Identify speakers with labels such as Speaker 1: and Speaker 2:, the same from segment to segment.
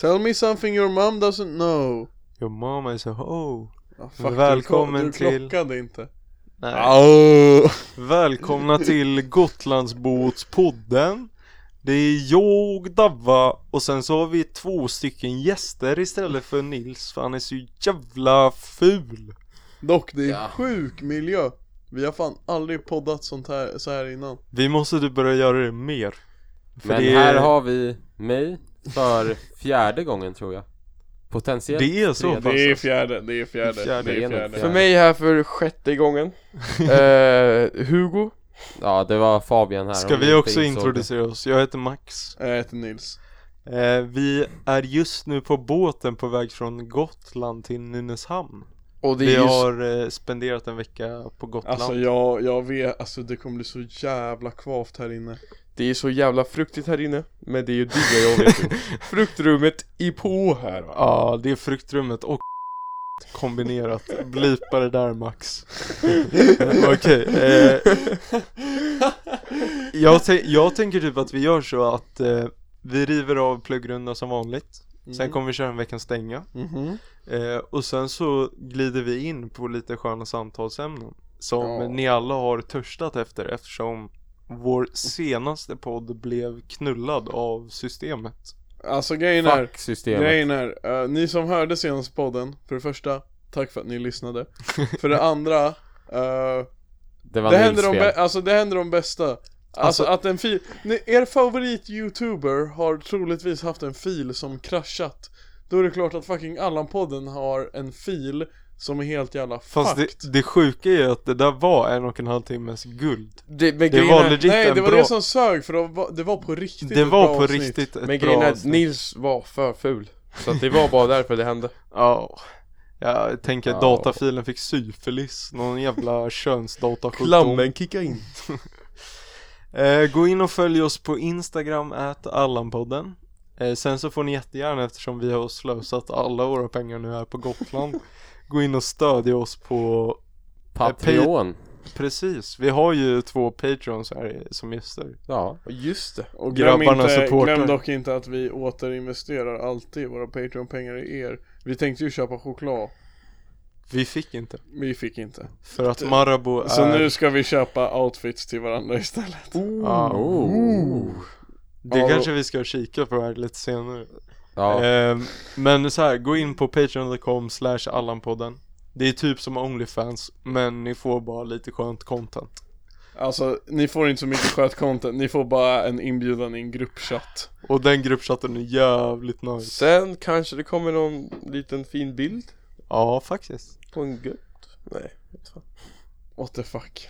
Speaker 1: Tell me something your mom doesn't know.
Speaker 2: Your mama is a hoe.
Speaker 1: Ja, fuck, du
Speaker 2: Välkommen
Speaker 1: klo- du
Speaker 2: till-
Speaker 1: klockade inte.
Speaker 2: Nej.
Speaker 1: Au.
Speaker 2: Välkomna till Gotlandsbåtspodden Det är jag, Davva och sen så har vi två stycken gäster istället för Nils för han är så jävla ful
Speaker 1: Dock, det är
Speaker 3: Ja.
Speaker 1: sjuk miljö. Vi har fan aldrig poddat sånt här, så här innan.
Speaker 2: Vi måste typ börja göra det mer För
Speaker 3: Men
Speaker 2: det är,
Speaker 3: här har vi mig för fjärde gången tror jag Potentiellt
Speaker 2: Det är så
Speaker 3: tredje.
Speaker 2: pass
Speaker 1: Det är
Speaker 2: alltså.
Speaker 1: fjärde, det är fjärde,
Speaker 2: Fjärde,
Speaker 1: det är
Speaker 3: det är nog
Speaker 1: fjärde.
Speaker 3: fjärde.
Speaker 4: För mig här för sjätte gången eh, Hugo
Speaker 3: Ja, det var Fabian här
Speaker 2: Ska
Speaker 3: om ni
Speaker 2: vi
Speaker 3: inte
Speaker 2: också
Speaker 3: insåg det.
Speaker 2: introducera oss? Jag heter Max
Speaker 1: Jag heter Nils.
Speaker 2: eh, Vi är just nu på båten på väg från Gotland till Nynäshamn
Speaker 4: Och det
Speaker 2: Vi
Speaker 4: är ju
Speaker 2: har eh, spenderat en vecka på Gotland
Speaker 1: Alltså jag, jag vet, alltså det kommer bli så jävla kvavt här inne.
Speaker 4: Det är så jävla fruktigt här inne Men det är ju du och jag vet ju. Fruktrummet i på här va
Speaker 2: Ja, det är fruktrummet och kombinerat. Blipa det där Max. Okej, eh, jag, tän- jag tänker typ att vi gör så att eh, vi river av pluggrundan som vanligt.
Speaker 1: Mm.
Speaker 2: Sen kommer vi köra en veckans stänga.
Speaker 1: Mhm.
Speaker 2: Eh, och sen så glider vi in på lite sköna samtalsämnen. Som
Speaker 1: Ja.
Speaker 2: ni alla har törstat efter eftersom vår senaste podd blev knullad av systemet.
Speaker 1: Alltså grejen är,
Speaker 3: Fuck systemet
Speaker 1: grejen är, eh, ni som hörde senaste podden, för det första, tack för att ni lyssnade. För det andra, eh,
Speaker 3: Det var
Speaker 1: det,
Speaker 3: Nils
Speaker 1: händer de
Speaker 3: fel
Speaker 1: bä- alltså, det händer de bästa. Alltså,
Speaker 2: Alltså-
Speaker 1: att en fil, ni, er favorit-youtuber har troligtvis haft en fil som kraschat. Då är det klart att fucking Allan-podden har en fil som är helt jävla
Speaker 2: Fast
Speaker 1: fucked.
Speaker 2: det, det sjuka är ju att det där var en och en halv timmes guld.
Speaker 4: det, Men
Speaker 2: Det
Speaker 4: grejen
Speaker 2: var
Speaker 4: är-
Speaker 2: legit
Speaker 1: Nej
Speaker 2: en
Speaker 1: det var
Speaker 2: bra...
Speaker 1: det som sög för det var, det var på riktigt
Speaker 2: Det
Speaker 1: ett
Speaker 2: var
Speaker 1: bra
Speaker 2: på
Speaker 1: avsnitt.
Speaker 2: riktigt ett
Speaker 4: Men
Speaker 2: bra
Speaker 4: grejen är att
Speaker 2: avsnitt.
Speaker 4: Nils var för ful Så att det var bara därför det hände
Speaker 2: Ja, jag tänker att
Speaker 3: Ja.
Speaker 2: datafilen fick syfilis, någon jävla könsdatasjukdom
Speaker 4: Klammen kicka in
Speaker 2: eh, Gå in och följ oss på Instagram, at Allanpodden eh, Sen så får ni jättegärna, eftersom vi har slösat alla våra pengar nu här på Gotland Gå in och stödja oss på,
Speaker 3: Patreon
Speaker 2: precis, vi har ju två patrons här som gäster
Speaker 3: Ja,
Speaker 4: Just det
Speaker 1: Och glöm,
Speaker 2: Grabbarna
Speaker 1: inte,
Speaker 2: supportar.
Speaker 1: glöm dock inte att vi återinvesterar alltid våra Patreon-pengar i er Vi tänkte ju köpa choklad,
Speaker 2: Vi fick inte,
Speaker 1: vi fick inte
Speaker 2: för att Marabou
Speaker 1: Så
Speaker 2: är
Speaker 1: nu ska vi köpa outfits till varandra istället
Speaker 2: Ja.
Speaker 3: oh.
Speaker 2: Det
Speaker 1: Ja, då-
Speaker 2: kanske vi ska kika på här lite senare
Speaker 1: Eh,
Speaker 3: ja.
Speaker 2: Ehm, men så här, gå in på patreon.com slash allanpodden Det är typ som Onlyfans, men ni får bara lite skönt content
Speaker 1: Alltså ni får inte så mycket sköt content, ni får bara en inbjudan i en gruppchatt
Speaker 2: Och den gruppchatten är jävligt nice
Speaker 4: Sen kanske det kommer någon liten fin bild
Speaker 2: Ja, faktiskt
Speaker 4: på en gutt Nej
Speaker 1: What the fuck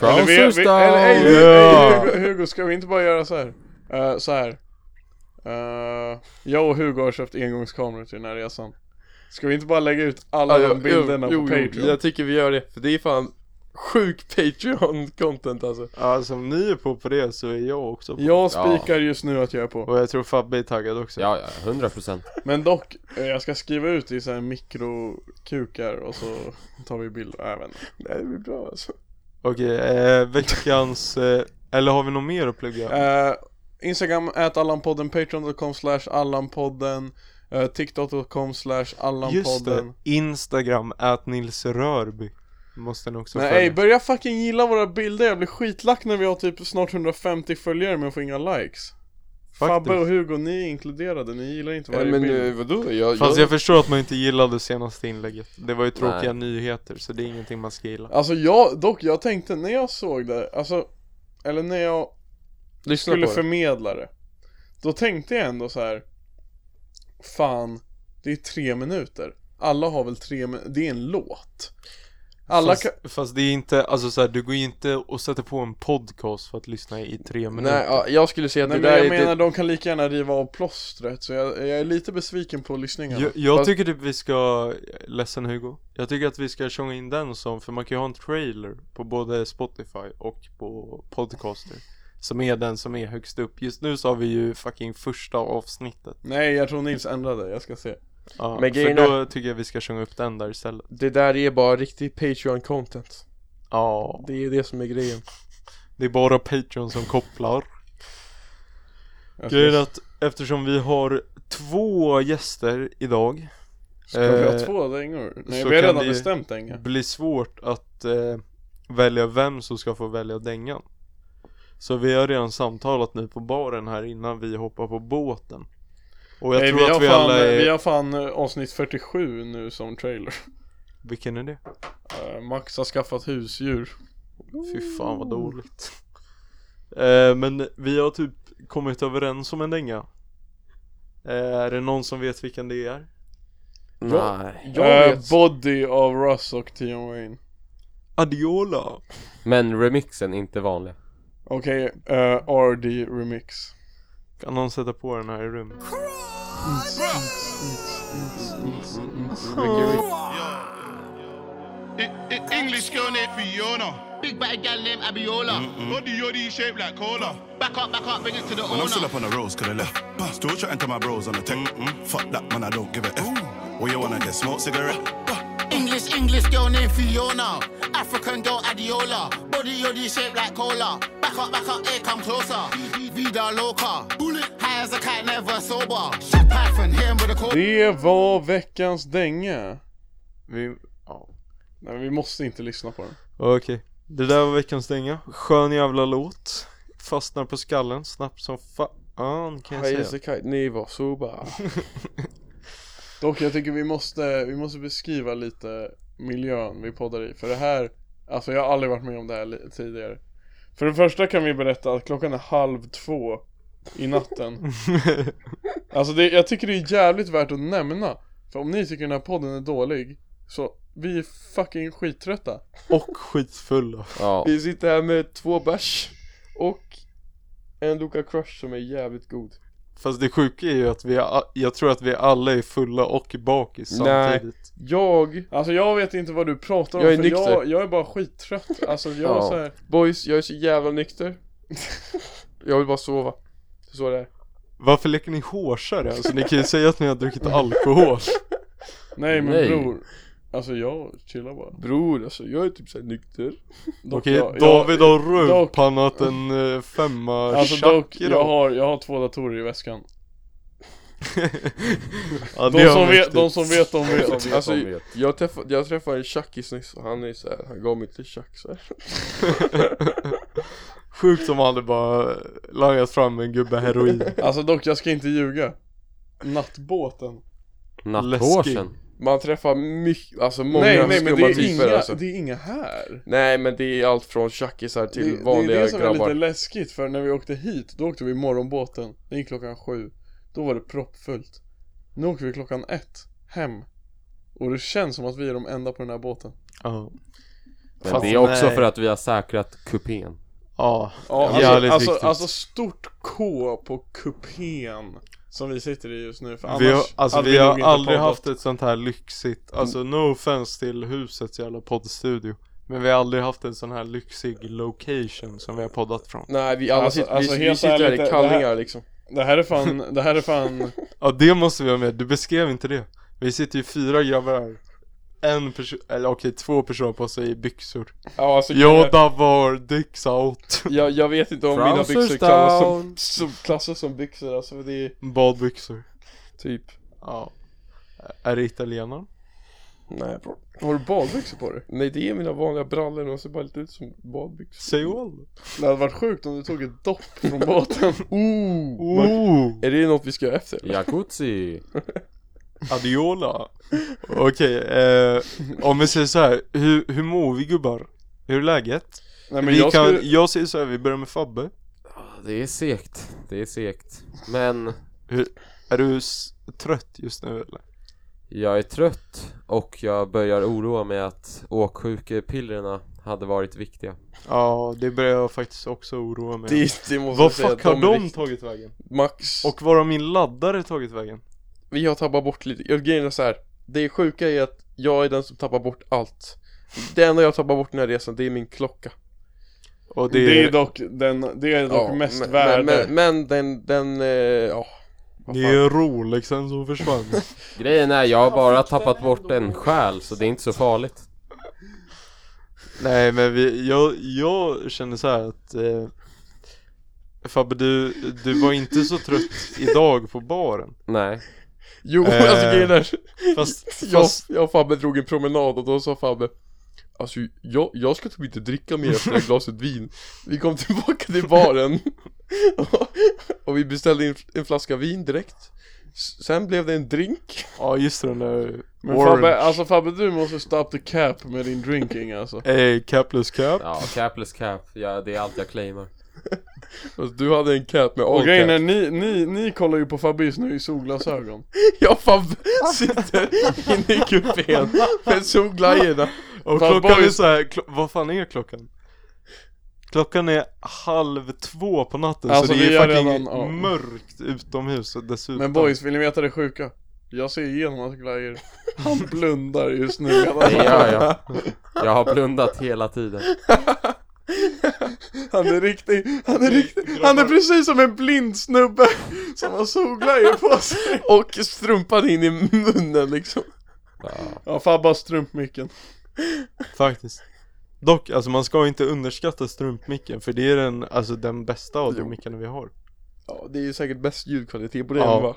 Speaker 1: Eller vi-
Speaker 3: Trousers
Speaker 1: vi- eller, ey,
Speaker 3: down!
Speaker 1: Hugo,
Speaker 2: Ja.
Speaker 1: Hugo, Hugo, ska vi inte bara göra så här? Eh, så här. Eh, jag och Hugo har köpt engångskameror till den här resan Ska vi inte bara lägga ut alla
Speaker 4: Ja,
Speaker 1: de
Speaker 4: ja,
Speaker 1: bilderna
Speaker 4: jo,
Speaker 1: på
Speaker 4: jo,
Speaker 1: Patreon?
Speaker 4: Jag tycker vi gör det, för det är fan sjuk Patreon content alltså
Speaker 2: Ja, som ni är på på det så är jag också på
Speaker 1: Jag
Speaker 3: Ja.
Speaker 1: spikar just nu att jag är på
Speaker 2: Och jag tror Fabbe är taggad också
Speaker 3: Ja, ja, 100%
Speaker 1: Men dock, eh, jag ska skriva ut i så här mikrokukar och så tar vi bilder även
Speaker 4: Nej det blir bra alltså
Speaker 2: Okej, eh, veckans, eh, eller har vi något mer att plugga?
Speaker 1: Eh, Instagram at allanpodden, patreon.com slash allanpodden eh, TikTok.com slash
Speaker 2: Just det,
Speaker 1: allanpodden
Speaker 2: Instagram, at Nils Rörby Måste ni också
Speaker 1: Nej, ey,
Speaker 2: följa
Speaker 1: börja fucking gilla våra bilder, jag blir skitlack när vi har typ snart 150 följare men får inga likes
Speaker 2: Faktiskt.
Speaker 1: Fabbe och Hugo, ni är inkluderade, ni gillar inte varje
Speaker 4: Men
Speaker 1: bild
Speaker 4: eh, vadå? Jag,
Speaker 2: Fast
Speaker 4: jag,
Speaker 2: jag förstår att man inte gillade senaste inlägget Det var ju tråkiga
Speaker 3: Nej.
Speaker 2: nyheter så det är ingenting man ska gilla
Speaker 1: Alltså jag, dock jag tänkte när jag såg det, alltså Eller när jag
Speaker 4: lyssna
Speaker 1: skulle
Speaker 4: på det
Speaker 1: förmedla det Då tänkte jag ändå så här. Fan, det är tre minuter Alla har väl tre minuter, det är en låt Alla
Speaker 2: fast,
Speaker 1: kan,
Speaker 2: fast det är inte, alltså så här, du går ju inte och sätter på en podcast för att lyssna i tre minuter
Speaker 4: Nej, ja, jag skulle säga att
Speaker 1: nej
Speaker 4: det
Speaker 1: men
Speaker 4: där
Speaker 1: jag
Speaker 4: är typ-
Speaker 1: menar
Speaker 4: det...
Speaker 1: de kan lika gärna riva av plåstret så jag, jag är lite besviken på lyssningarna
Speaker 2: Jag, jag
Speaker 4: Fast-
Speaker 2: tycker typ vi ska, ledsen Hugo Jag tycker att vi ska tjonga in den som, för man kan ju ha en trailer på både Spotify och på podcaster Som är den som är högst upp, just nu så har vi ju fucking första avsnittet
Speaker 1: Nej jag tror Nils ändrade, jag ska se
Speaker 2: ja,
Speaker 4: Men
Speaker 2: För
Speaker 4: grejen
Speaker 2: då tycker jag vi ska sjunga upp den där istället
Speaker 4: Det där är bara riktig Patreon content
Speaker 2: Ja,
Speaker 4: Det är det som är grejen
Speaker 2: det är bara Patreon som kopplar
Speaker 1: Jag ska
Speaker 2: Grejen är
Speaker 1: se.
Speaker 2: att eftersom vi har två gäster idag
Speaker 1: Ska vi ha
Speaker 2: Eh,
Speaker 1: två dängor? Nej
Speaker 2: så
Speaker 1: vi har
Speaker 2: kan
Speaker 1: redan
Speaker 2: det-
Speaker 1: bestämt dänga
Speaker 2: blir svårt att eh, välja vem som ska få välja dängan. Så vi har redan samtalat nu på baren här innan vi hoppar på båten. Och jag
Speaker 1: Nej,
Speaker 2: tror
Speaker 1: vi, har
Speaker 2: att vi
Speaker 1: fan,
Speaker 2: alla är...
Speaker 1: vi har fan eh, avsnitt 47 nu som trailer
Speaker 2: Vilken är det?
Speaker 1: Eh, Max har skaffat husdjur
Speaker 2: Fy fan vad dåligt. eh, men vi har typ kommit överens om en dänga. Eh, är det någon som vet vilken det är?
Speaker 3: Nej.
Speaker 1: Eh,
Speaker 4: Jag vet.
Speaker 1: Body av Russ och Tion Wayne
Speaker 2: Adiola!
Speaker 3: Men remixen, inte vanlig.
Speaker 1: Okej, eh, RD Remix
Speaker 2: Kan någon sätta på den här i rummet?
Speaker 5: E- English girl named Fiona.
Speaker 6: Big bad gal named Abiola.
Speaker 5: Body yoddy shaped like cola.
Speaker 6: Back up, back up, bring it to the
Speaker 7: When I'm still
Speaker 6: owner.
Speaker 7: up on the roads, could I left. Bah, Still chatting to my bros on the tech. Fuck that man, I don't give a F. What you wanna get? Smoke cigarette? Bah,
Speaker 6: English, English girl named Fiona. African girl Adiola. Body yoddy shaped like cola. Back up, back up, hey, come closer. Vida loca. High as a cat, never sober. Shit python, hit him with a cold.
Speaker 1: Det var veckans dänga
Speaker 2: Vi... Ja.
Speaker 1: Nej vi måste inte lyssna på den
Speaker 2: Okej, det där var veckans dänga. Skön jävla låt. Fastnar på skallen snabbt som fan kan jag säga.
Speaker 4: Heisekite Neva Soba.
Speaker 1: Dock jag tycker vi måste, vi måste beskriva lite miljön vi poddar i För det här, alltså jag har aldrig varit med om det här li- tidigare För det första kan vi berätta att klockan är halv två i natten Alltså det, jag tycker det är jävligt värt att nämna För om ni tycker den här podden är dålig Så vi är fucking skittrötta
Speaker 2: Och skitfulla.
Speaker 3: Ja.
Speaker 4: Vi sitter här med två bärs och en Loka Crush som är jävligt god.
Speaker 2: Fast det sjuka är ju att vi, a- jag tror att vi alla är fulla och bakis samtidigt.
Speaker 4: Jag,
Speaker 1: Alltså jag vet inte vad du pratar om
Speaker 4: Jag är
Speaker 1: för
Speaker 4: nykter.
Speaker 1: jag, jag är bara skittrött Alltså jag
Speaker 3: Ja.
Speaker 1: så här,
Speaker 4: boys, jag är så jävla nykter. Jag vill bara sova. Det är Så det är.
Speaker 2: Varför leker ni hårsare? Alltså ni kan ju säga att ni har druckit alkohol.
Speaker 1: Nej men
Speaker 3: Nej.
Speaker 1: bror Alltså jag chillar bara
Speaker 4: Bror, alltså jag är typ såhär nykter.
Speaker 1: Dock,
Speaker 2: Okej,
Speaker 1: jag- jag-
Speaker 2: David har
Speaker 1: dock-
Speaker 2: rövpannat en eh, femma
Speaker 1: Alltså dock,
Speaker 2: tjack
Speaker 1: jag
Speaker 2: idag.
Speaker 1: har, jag har två datorer i väskan
Speaker 2: ja, det
Speaker 1: De
Speaker 2: är
Speaker 1: som, vet,
Speaker 2: mäktigt.
Speaker 1: de som vet, de vet
Speaker 4: Alltså,
Speaker 3: de vet.
Speaker 4: jag träffade, jag träffade en tjackis nyss och han är så här, han gav mig lite tjack så här.
Speaker 2: Sjukt som hade bara langat fram en gubbe heroin.
Speaker 1: Alltså dock, jag ska inte ljuga Nattbåten
Speaker 3: Natthårsen.
Speaker 4: Man träffar mycket, alltså många
Speaker 1: Nej nej men det
Speaker 4: skumma
Speaker 1: är,
Speaker 4: typer
Speaker 1: inga,
Speaker 4: alltså.
Speaker 1: det är inga här
Speaker 4: Nej men det är allt från tjackisar till
Speaker 1: det,
Speaker 4: vanliga
Speaker 1: det är det som
Speaker 4: grabbar.
Speaker 1: är lite läskigt för när vi åkte hit, då åkte vi morgonbåten Det gick klockan sju Då var det proppfullt Nu åker vi klockan ett, hem Och det känns som att vi är de enda på den här båten
Speaker 2: Ja.
Speaker 3: Men
Speaker 2: Fast
Speaker 3: det är också
Speaker 2: nej.
Speaker 3: för att vi har säkrat kupén.
Speaker 2: Ja,
Speaker 1: Ja, alltså,
Speaker 2: jävligt
Speaker 1: alltså,
Speaker 2: viktigt.
Speaker 1: alltså stort K på kupén Som vi sitter i just nu för annars
Speaker 2: vi har, alltså,
Speaker 1: hade
Speaker 2: vi
Speaker 1: nog
Speaker 2: har
Speaker 1: inte
Speaker 2: aldrig
Speaker 1: poddat. Mm.
Speaker 2: haft ett sånt här lyxigt, alltså no offense till husets jävla poddstudio Men vi har aldrig haft en sån här lyxig location som vi har poddat från
Speaker 4: Nej vi alla
Speaker 1: Alltså-
Speaker 4: sitter,
Speaker 1: alltså,
Speaker 4: vi, vi
Speaker 1: helt
Speaker 4: sitter
Speaker 1: ärligt,
Speaker 4: här i
Speaker 1: det- det
Speaker 4: kallingar
Speaker 1: här-
Speaker 4: liksom.
Speaker 1: Det här är fan, det här är fan
Speaker 2: Ja det måste vi ha med, du beskrev inte det Vi sitter ju fyra grabbar här En person, eller okej två personer på sig i byxor
Speaker 4: Ja, alltså,
Speaker 2: Jag davar dicks out
Speaker 4: Jag, jag vet inte om mina
Speaker 3: Trousers
Speaker 4: byxor klassas som,
Speaker 3: down.
Speaker 4: som, klassas som byxor alltså för det är
Speaker 2: Badbyxor
Speaker 4: typ
Speaker 2: Ja Är det italienaren?
Speaker 4: Nej bro.
Speaker 1: Har du badbyxor på dig?
Speaker 4: Nej det är mina vanliga brallor, de ser bara lite ut som badbyxor
Speaker 2: Säg all
Speaker 1: Det hade varit sjukt om du tog ett dopp från båten
Speaker 4: Ooh.
Speaker 2: Oh!
Speaker 4: Är det något vi ska göra efter? eller?
Speaker 3: Jacuzzi.
Speaker 2: Adiola Okej, eh, om vi säger så här, hur, hur mår vi gubbar? Hur är läget?
Speaker 1: Nej
Speaker 2: vi
Speaker 1: jag
Speaker 2: jag, kan,
Speaker 1: skulle-
Speaker 2: jag säger så här, vi börjar med Fabbe
Speaker 3: Det är segt. Det är segt. Men
Speaker 2: hur, Är du s- trött just nu eller?
Speaker 3: jag är trött och jag börjar oroa mig att åksjukepillerna hade varit viktiga.
Speaker 2: Ja, det börjar jag faktiskt också oroa mig
Speaker 4: Det, det måste jag
Speaker 2: Vad
Speaker 4: säga,
Speaker 2: fuck har
Speaker 4: är
Speaker 2: de
Speaker 4: riktigt-
Speaker 2: tagit vägen?
Speaker 4: Max, och
Speaker 2: Och var har min laddare tagit vägen?
Speaker 4: vi har tappat bort lite, jag grejen är så här. Det sjuka är att jag är den som tappar bort allt Det enda jag tappar bort den här resan, det är min klocka
Speaker 2: Och det,
Speaker 1: det, är
Speaker 2: är,
Speaker 1: dock den, det är dock mest
Speaker 4: men,
Speaker 1: värde
Speaker 4: men, men, men den, den, eh, ja vad
Speaker 2: det
Speaker 4: fan.
Speaker 2: är Rolexen som försvann
Speaker 3: Grejen är, jag har bara tappat bort en själ så det är inte så farligt.
Speaker 2: Nej men vi, jag, jag känner så här att eh, Fabbe du, du var inte så trött idag på baren
Speaker 3: Nej.
Speaker 4: Jo,
Speaker 2: Eh,
Speaker 4: alltså grejen är,
Speaker 2: Fast,
Speaker 4: jag,
Speaker 2: fast
Speaker 4: jag och Fabbe drog en promenad och då sa Fabbe Alltså jag, jag ska typ inte dricka mer efter det här glaset vin Vi kom tillbaka till baren Och vi beställde in en flaska vin direkt S- Sen blev det en drink
Speaker 2: ja just det den där
Speaker 1: Men
Speaker 2: orange.
Speaker 1: Fabbe, alltså Fabbe du måste stop the cap med din drinking alltså
Speaker 2: Eh, cap plus cap
Speaker 3: Ja, capless cap. Ja, det är allt jag claimar.
Speaker 4: alltså, Du hade en cap med all
Speaker 1: Och grejen är,
Speaker 4: cap
Speaker 1: ni, ni, ni kollar ju på Fabbe just nu i solglasögon
Speaker 4: Ja Fabbe sitter inne i kupén med solglajjorna
Speaker 2: Och
Speaker 1: Fast
Speaker 2: klockan är
Speaker 1: boys-
Speaker 2: så här, klo- vad fan är klockan? Klockan är halv två på natten
Speaker 1: Alltså,
Speaker 2: så
Speaker 1: vi
Speaker 2: det
Speaker 1: är
Speaker 2: är fucking
Speaker 1: redan- ja.
Speaker 2: mörkt utomhus och dessutom
Speaker 1: Men boys, vill ni veta det sjuka? Jag ser igenom hans glajjor Han blundar just nu
Speaker 3: Det gör jag. Jag har blundat hela tiden.
Speaker 1: Han är riktig, han är riktig, han är precis som en blind snubbe Som har solglajjor på sig
Speaker 4: och strumpan in i munnen liksom
Speaker 1: Ja Fabbe har strumpmicken
Speaker 2: Faktiskt Dock, alltså man ska inte underskatta strumpmicken för det är den, alltså den bästa av de mickarna vi har
Speaker 4: Ja det är ju säkert bäst ljudkvalitet på det
Speaker 2: Ja.
Speaker 4: va?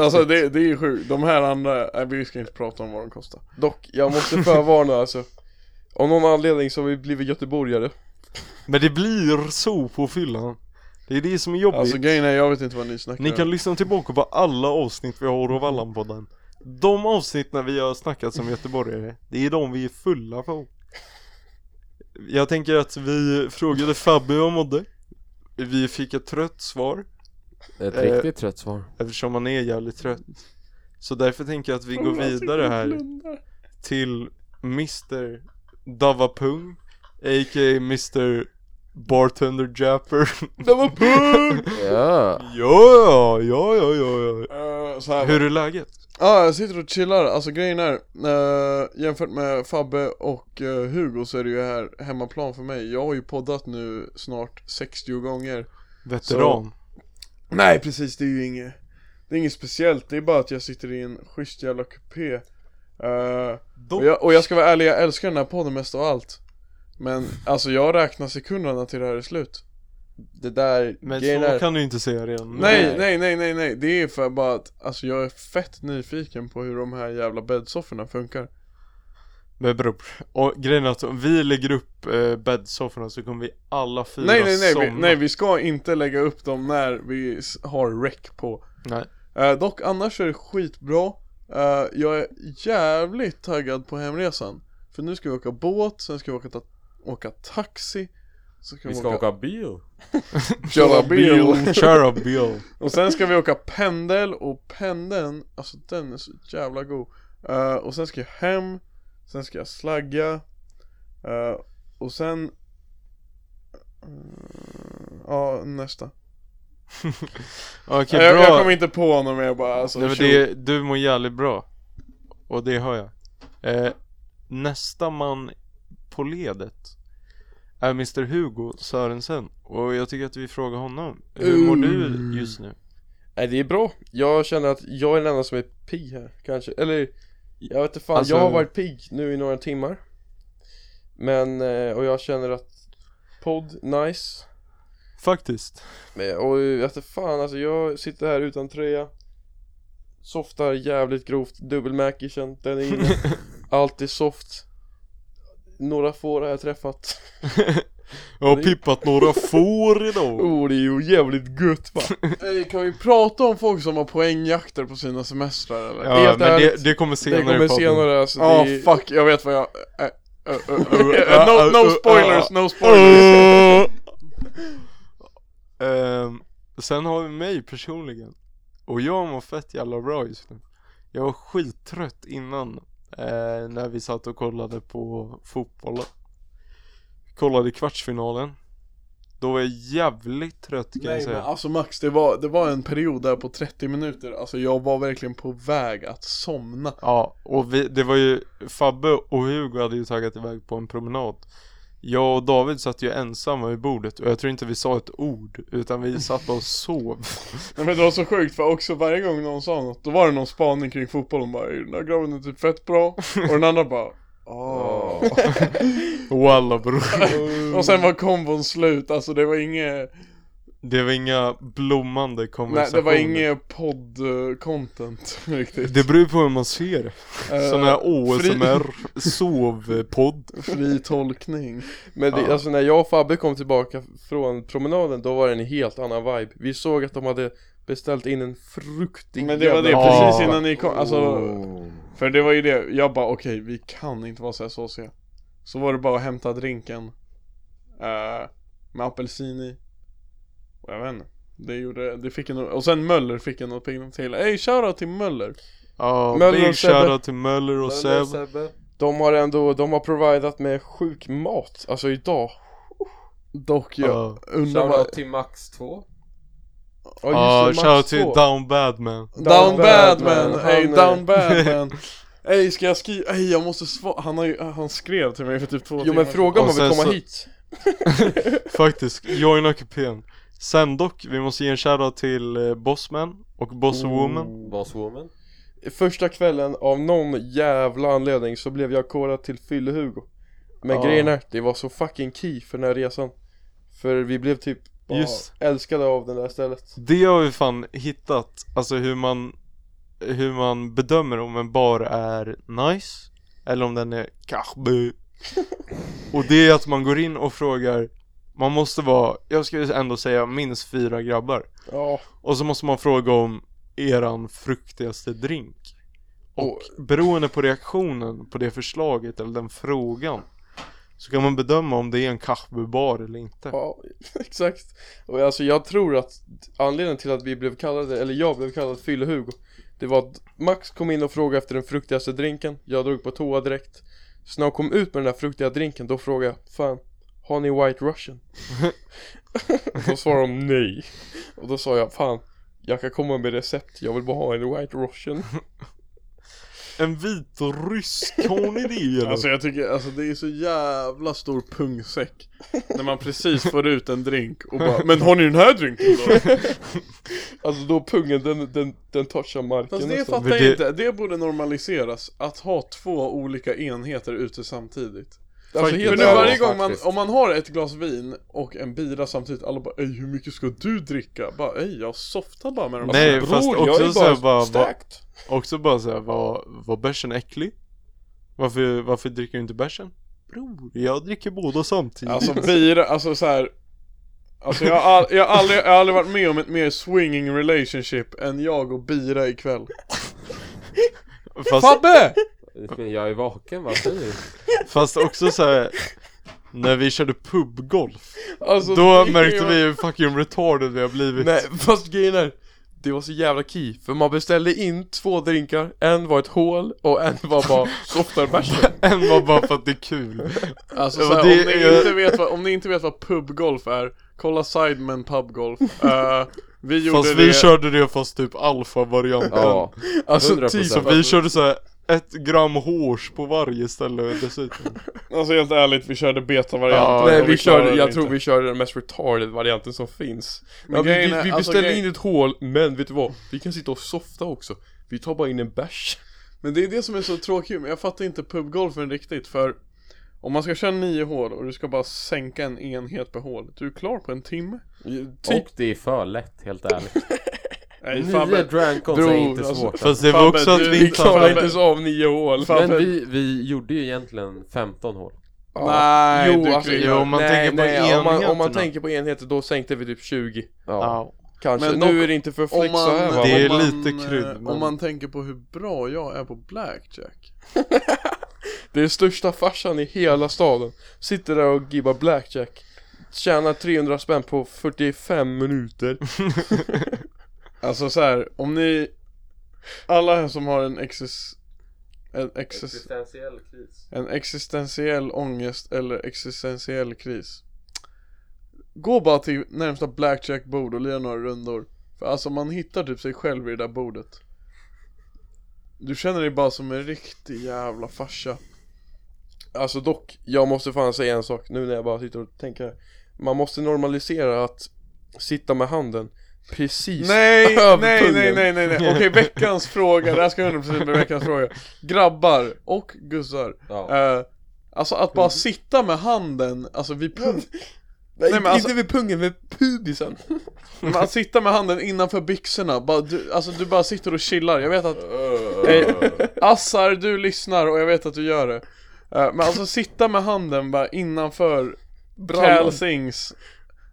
Speaker 1: Alltså det, det är ju sjukt, de här andra, nej, vi ska inte prata om vad de kostar
Speaker 4: Dock, jag måste förvarna alltså Av någon anledning så har vi blivit göteborgare
Speaker 2: Men det blir så på fyllan Det är det som är jobbigt
Speaker 1: Alltså grejen är, jag vet inte vad ni snackar
Speaker 2: Ni
Speaker 1: om
Speaker 2: kan lyssna tillbaka på alla avsnitt vi har av Vallan-podden De avsnitt när vi har snackat som göteborgare, det är de vi är fulla på Jag tänker att vi frågade Fabbe hur han mådde Vi fick ett trött svar
Speaker 3: Ett
Speaker 2: Eh.
Speaker 3: riktigt trött svar.
Speaker 2: Eftersom han är jävligt trött Så därför tänker jag att vi går vidare
Speaker 1: Eh,
Speaker 2: här Till Mr Davapung A.k.a. Mr Bartender Japper Davapung!
Speaker 3: Ja.
Speaker 2: ja, ja, ja, ja, ja
Speaker 1: Eh, så här,
Speaker 2: Hur är läget?
Speaker 1: Ja, jag sitter och chillar, alltså grejen är, eh, jämfört med Fabbe och eh, Hugo så är det ju här hemmaplan för mig Jag har ju poddat nu snart 60 gånger
Speaker 2: Veteran
Speaker 1: Nej precis, det är ju inget, det är inget speciellt, det är bara att jag sitter i en schysst jävla kupé Eh,
Speaker 2: Dock-
Speaker 1: och, jag, och jag ska vara ärlig, jag älskar den här podden mest av allt Men alltså jag räknar sekunderna till det här är slut
Speaker 4: Det där,
Speaker 2: Men
Speaker 4: grejen
Speaker 2: så
Speaker 4: är,
Speaker 2: kan du inte säga det än.
Speaker 1: Nej, nej, nej, nej, nej, det är för bara att, alltså jag är fett nyfiken på hur de här jävla bäddsofforna funkar
Speaker 2: Men bror, och grejen är att om vi lägger upp eh, bäddsofforna så kommer vi alla fyra
Speaker 1: Nej nej nej, vi,
Speaker 2: somna.
Speaker 1: nej vi ska inte lägga upp dem när vi s- har rec på
Speaker 2: nej
Speaker 1: eh, Dock annars är det skitbra eh, Jag är jävligt taggad på hemresan För nu ska vi åka båt, sen ska vi åka, ta- åka taxi så ska
Speaker 3: Vi ska åka bio.
Speaker 1: köra bil
Speaker 2: Köra bil
Speaker 1: Och sen ska vi åka pendel och pendeln, alltså den är så jävla god Eh, Och sen ska jag hem, sen ska jag slagga eh, Och sen Mm, Ja, nästa
Speaker 2: Okej
Speaker 1: Nej, jag, jag
Speaker 2: bra,
Speaker 1: kommer inte på något mer bara alltså,
Speaker 2: nej, men det, du mår jävligt bra Och det hör jag eh, Nästa man på ledet är Mr Hugo Sörensen Och jag tycker att vi frågar honom Hur mår
Speaker 1: Mm.
Speaker 2: du just nu?
Speaker 4: nej det är bra Jag känner att jag är den enda som är pigg här, kanske, eller Jag vet inte fan,
Speaker 2: Alltså-
Speaker 4: jag har varit pigg nu i några timmar Men, eh, och jag känner att Podd, nice
Speaker 2: Faktiskt
Speaker 4: Men- Och jag vet inte fan alltså jag sitter här utan tröja Softar jävligt grovt, dubbelmäkischen, den är inne Allt är soft Några får har jag träffat
Speaker 2: Jag har pippat några får idag
Speaker 4: Oh det är ju jävligt gött va
Speaker 1: Ey, Kan vi prata om folk som har poängjakter på sina semestrar eller?
Speaker 2: Ja
Speaker 4: Helt
Speaker 2: men det,
Speaker 4: ärligt,
Speaker 2: det kommer senare
Speaker 4: Det kommer
Speaker 2: i podden.
Speaker 4: senare alltså
Speaker 1: Ja,
Speaker 4: det...
Speaker 1: fuck, jag vet vad jag... eh, eh, eh, eh, no, no spoilers, no spoilers
Speaker 2: Ehm, sen har vi mig personligen. Och jag mår fett jävla bra just nu. Jag var skittrött innan. eh, när vi satt och kollade på fotbollen. Kollade kvartsfinalen. Då var jag jävligt trött kan jag
Speaker 1: Nej men
Speaker 2: säga.
Speaker 1: alltså Max, det var, det var en period där på 30 minuter, alltså jag var verkligen på väg att somna
Speaker 2: Ja, och vi, det var ju Fabbe och Hugo hade ju tagit iväg på en promenad Jag och David satt ju ensamma vid bordet och jag tror inte vi sa ett ord utan vi satt bara och sov
Speaker 1: Nej men det var så sjukt för också varje gång någon sa något, då var det någon spaning kring fotbollen bara "Ey, Den där grabben är typ fett bra, och den andra bara "Ah." Åh.
Speaker 2: Walla bror
Speaker 1: Och sen var kombon slut, alltså det var inget
Speaker 2: Det var inga blommande
Speaker 1: Nej, det
Speaker 2: konversationer.
Speaker 1: var inget podd-content riktigt.
Speaker 2: Det beror på hur man ser det.
Speaker 1: Eh,
Speaker 2: Sån här
Speaker 1: fri-
Speaker 2: ASMR sovpodd.
Speaker 4: Eh,
Speaker 1: Fri tolkning.
Speaker 4: Men det,
Speaker 2: Ja.
Speaker 4: alltså när jag och Fabbe kom tillbaka från promenaden då var det en helt annan vibe Vi såg att de hade beställt in en fruktig
Speaker 1: Men det var det
Speaker 4: jävla- Oh.
Speaker 2: Ja.
Speaker 1: precis innan ni kom, alltså För det var ju det, jag bara okej vi kan inte vara så här såsiga Så var det bara att hämta drinken eh, Med apelsin i Och jag vet inte Det gjorde, det fick en, och sen Möller fick en att pigna till Ey shoutout till Möller!
Speaker 2: Ja,
Speaker 4: Möller och
Speaker 2: big
Speaker 4: Sebbe.
Speaker 2: shoutout till Möller och Seb.
Speaker 3: alltså,
Speaker 4: De har ändå, de har providat med sjuk mat Alltså idag
Speaker 1: Dock jag
Speaker 2: Ja,
Speaker 1: undrar vad
Speaker 3: Shoutout till Max 2
Speaker 4: Ja
Speaker 2: Ja,
Speaker 4: just det, Max
Speaker 2: shoutout till
Speaker 4: två.
Speaker 2: Down Bad Man.
Speaker 1: Down bad man,
Speaker 4: man.
Speaker 1: ey
Speaker 4: Han är-
Speaker 1: down bad man Ey ska jag skriva, ey jag måste svara, han, har ju, han skrev till mig för typ två
Speaker 4: Jo men
Speaker 1: timmar
Speaker 4: fråga om
Speaker 2: Och
Speaker 4: man vill
Speaker 2: sen
Speaker 4: komma
Speaker 2: så-
Speaker 4: hit
Speaker 2: Faktiskt, joina kupén. Sen dock, vi måste ge en shoutout till eh, Bossman och Bosswoman.
Speaker 3: Mm.
Speaker 1: Mm,
Speaker 3: Bosswoman
Speaker 4: Första kvällen av någon jävla anledning så blev jag korad till Fylle-Hugo Men
Speaker 2: Ja.
Speaker 1: Ah.
Speaker 4: grejen är, det var så fucking key för den här resan För vi blev typ
Speaker 1: Ah.
Speaker 4: bara
Speaker 2: Just.
Speaker 4: älskade av det där stället
Speaker 2: Det har vi fan hittat, alltså hur man hur man bedömer om en bar är nice eller om den är kahbu. Och det är att man går in och frågar man måste vara, jag skulle ändå säga minst fyra grabbar.
Speaker 4: Ja
Speaker 2: Och så måste man fråga om eran fruktigaste drink. Och beroende på reaktionen på det förslaget eller den frågan så kan man bedöma om det är en kahbu-bar eller inte.
Speaker 4: Ja, exakt. Och alltså jag tror att anledningen till att vi blev kallade, eller jag blev kallad Fylle-Hugo Det var att Max kom in och frågade efter den fruktigaste drinken, jag drog på toa direkt Så när jag kom ut med den där fruktiga drinken, då frågade jag Fan, har ni White Russian? och då svarade de nej Och då sa jag, fan jag kan komma med recept, jag vill bara ha en White Russian
Speaker 2: En vit rysk, har ni det eller?
Speaker 1: Alltså jag tycker, alltså det är så jävla stor pungsäck När man precis får ut en drink och bara Men har ni den här drinken då?
Speaker 4: Alltså då pungen, den, den, den touchar marken
Speaker 1: Fast det
Speaker 4: nästan.
Speaker 1: fattar jag
Speaker 2: det-
Speaker 1: inte, det borde normaliseras Att ha två olika enheter ute samtidigt
Speaker 4: Alltså
Speaker 1: För
Speaker 4: helt
Speaker 1: nu
Speaker 3: Ja,
Speaker 1: varje
Speaker 4: ärligt,
Speaker 1: gång man,
Speaker 3: faktiskt.
Speaker 1: om man har ett glas vin och en bira samtidigt Alla bara ey hur mycket ska du dricka? Bara ey jag softar bara med de här."
Speaker 2: Nej fast
Speaker 4: bror jag
Speaker 2: också
Speaker 4: är bara,
Speaker 2: såhär bara, bara,
Speaker 4: stacked
Speaker 2: också bara såhär, var, var bärsen äcklig? Varför, varför dricker du inte bärsen? Bror, jag dricker båda samtidigt
Speaker 1: Alltså bira, alltså så här. Alltså jag har, all, jag, har aldrig, jag har aldrig varit med om ett mer swinging relationship än jag och bira ikväll
Speaker 2: Fast,
Speaker 1: Fabbe!
Speaker 3: Men Jag är vaken, vad säger du?
Speaker 2: fast också såhär När vi körde pubgolf
Speaker 4: Alltså,
Speaker 2: Då
Speaker 4: det-
Speaker 2: märkte vi hur fucking retarded vi har blivit
Speaker 4: Nej, fast grejen är Det var så jävla key, för man beställde in två drinkar En var ett hål och en var bara softarbärsen
Speaker 2: En var bara för att det är kul
Speaker 1: Alltså
Speaker 2: Ja,
Speaker 1: såhär,
Speaker 2: men
Speaker 1: om,
Speaker 2: det
Speaker 1: ni
Speaker 2: är-
Speaker 1: inte vet vad, om ni inte vet vad pubgolf är, kolla Sidemen pubgolf. Eh, vi gjorde
Speaker 2: Fast
Speaker 1: det...
Speaker 2: vi körde det fast typ alfa-varianten
Speaker 3: Ja,
Speaker 4: Alltså
Speaker 3: 100%.
Speaker 4: typ
Speaker 2: Så vi körde såhär ett gram hårs på varje ställe dessutom
Speaker 1: Alltså helt ärligt, vi körde beta-varianten.
Speaker 2: Ja,
Speaker 1: och
Speaker 4: Nej vi körde,
Speaker 1: klarade
Speaker 4: jag
Speaker 1: det
Speaker 4: tror
Speaker 1: inte.
Speaker 4: vi körde den mest retarded varianten som finns
Speaker 1: Men
Speaker 4: ja, vi,
Speaker 1: grejen
Speaker 4: vi,
Speaker 1: är-
Speaker 4: vi
Speaker 1: alltså,
Speaker 4: beställde
Speaker 1: grejen-
Speaker 4: in ett hål, men vet du vad? Vi kan sitta och softa också Vi tar bara in en bärs
Speaker 1: Men det är det som är så tråkigt, men jag fattar inte pubgolfen riktigt för om man ska köra nio hål och du ska bara sänka en enhet per hål, du är klar på en timme?
Speaker 4: Typ-
Speaker 3: och det är för lätt helt ärligt
Speaker 1: Nej
Speaker 3: Nio
Speaker 1: Fabbe,
Speaker 3: drankons
Speaker 1: Bror,
Speaker 3: är inte
Speaker 1: alltså.
Speaker 3: svårt
Speaker 2: Fast det
Speaker 1: Fabbe,
Speaker 2: var också att
Speaker 1: du-
Speaker 2: vi
Speaker 1: vi
Speaker 2: inte
Speaker 1: klarade
Speaker 4: Klarar
Speaker 2: hade
Speaker 4: inte ens av nio hål
Speaker 1: Fabbe.
Speaker 3: Men vi, vi gjorde ju egentligen 15 hål
Speaker 1: Nej,
Speaker 4: Jo,
Speaker 1: du
Speaker 4: alltså,
Speaker 1: krigar.
Speaker 2: jo, om man tänker på
Speaker 4: om man, om man
Speaker 2: enheterna.
Speaker 4: tänker på enheter då sänkte vi typ 20
Speaker 3: Ja,
Speaker 2: Ja,
Speaker 4: Kanske,
Speaker 1: Men
Speaker 4: men nu
Speaker 1: dock,
Speaker 4: är det inte för
Speaker 1: om
Speaker 4: flex så här
Speaker 1: man,
Speaker 4: va?
Speaker 2: Det är
Speaker 1: om man,
Speaker 2: lite krydd,
Speaker 1: eh, Om
Speaker 2: men-
Speaker 1: man tänker på hur bra jag är på blackjack.
Speaker 4: Det är största farsan i hela staden Sitter där och gibbar blackjack Tjänar 300 spänn på 45 minuter
Speaker 1: Alltså så här, om ni Alla här som har en exis en, exis,
Speaker 3: existentiell kris
Speaker 1: en existentiell ångest eller existentiell kris Gå bara till närmsta blackjack-bord och lira några rundor För alltså man hittar typ sig själv i det där bordet Du känner dig bara som en riktig jävla farsa
Speaker 4: Alltså dock, jag måste fan säga en sak nu när jag bara sitter och tänker här. Man måste normalisera att sitta med handen precis
Speaker 1: Nej,
Speaker 4: över
Speaker 1: nej,
Speaker 4: pungen.
Speaker 1: nej, nej, nej, nej. Okej, veckans fråga, det här ska 100% bli veckans fråga Grabbar och gussar
Speaker 3: Ja.
Speaker 1: Eh, alltså att bara sitta med handen, alltså vid pung
Speaker 4: Mm. Nej,
Speaker 1: men
Speaker 4: inte
Speaker 1: alltså-
Speaker 4: vid pungen, med pubisen
Speaker 1: Men att sitta med handen innanför byxorna, bara, du, alltså du bara sitter och chillar, jag vet att... Eh, Assar, du lyssnar och jag vet att du gör det. Eh, men alltså sitta med handen bara innanför Calsings,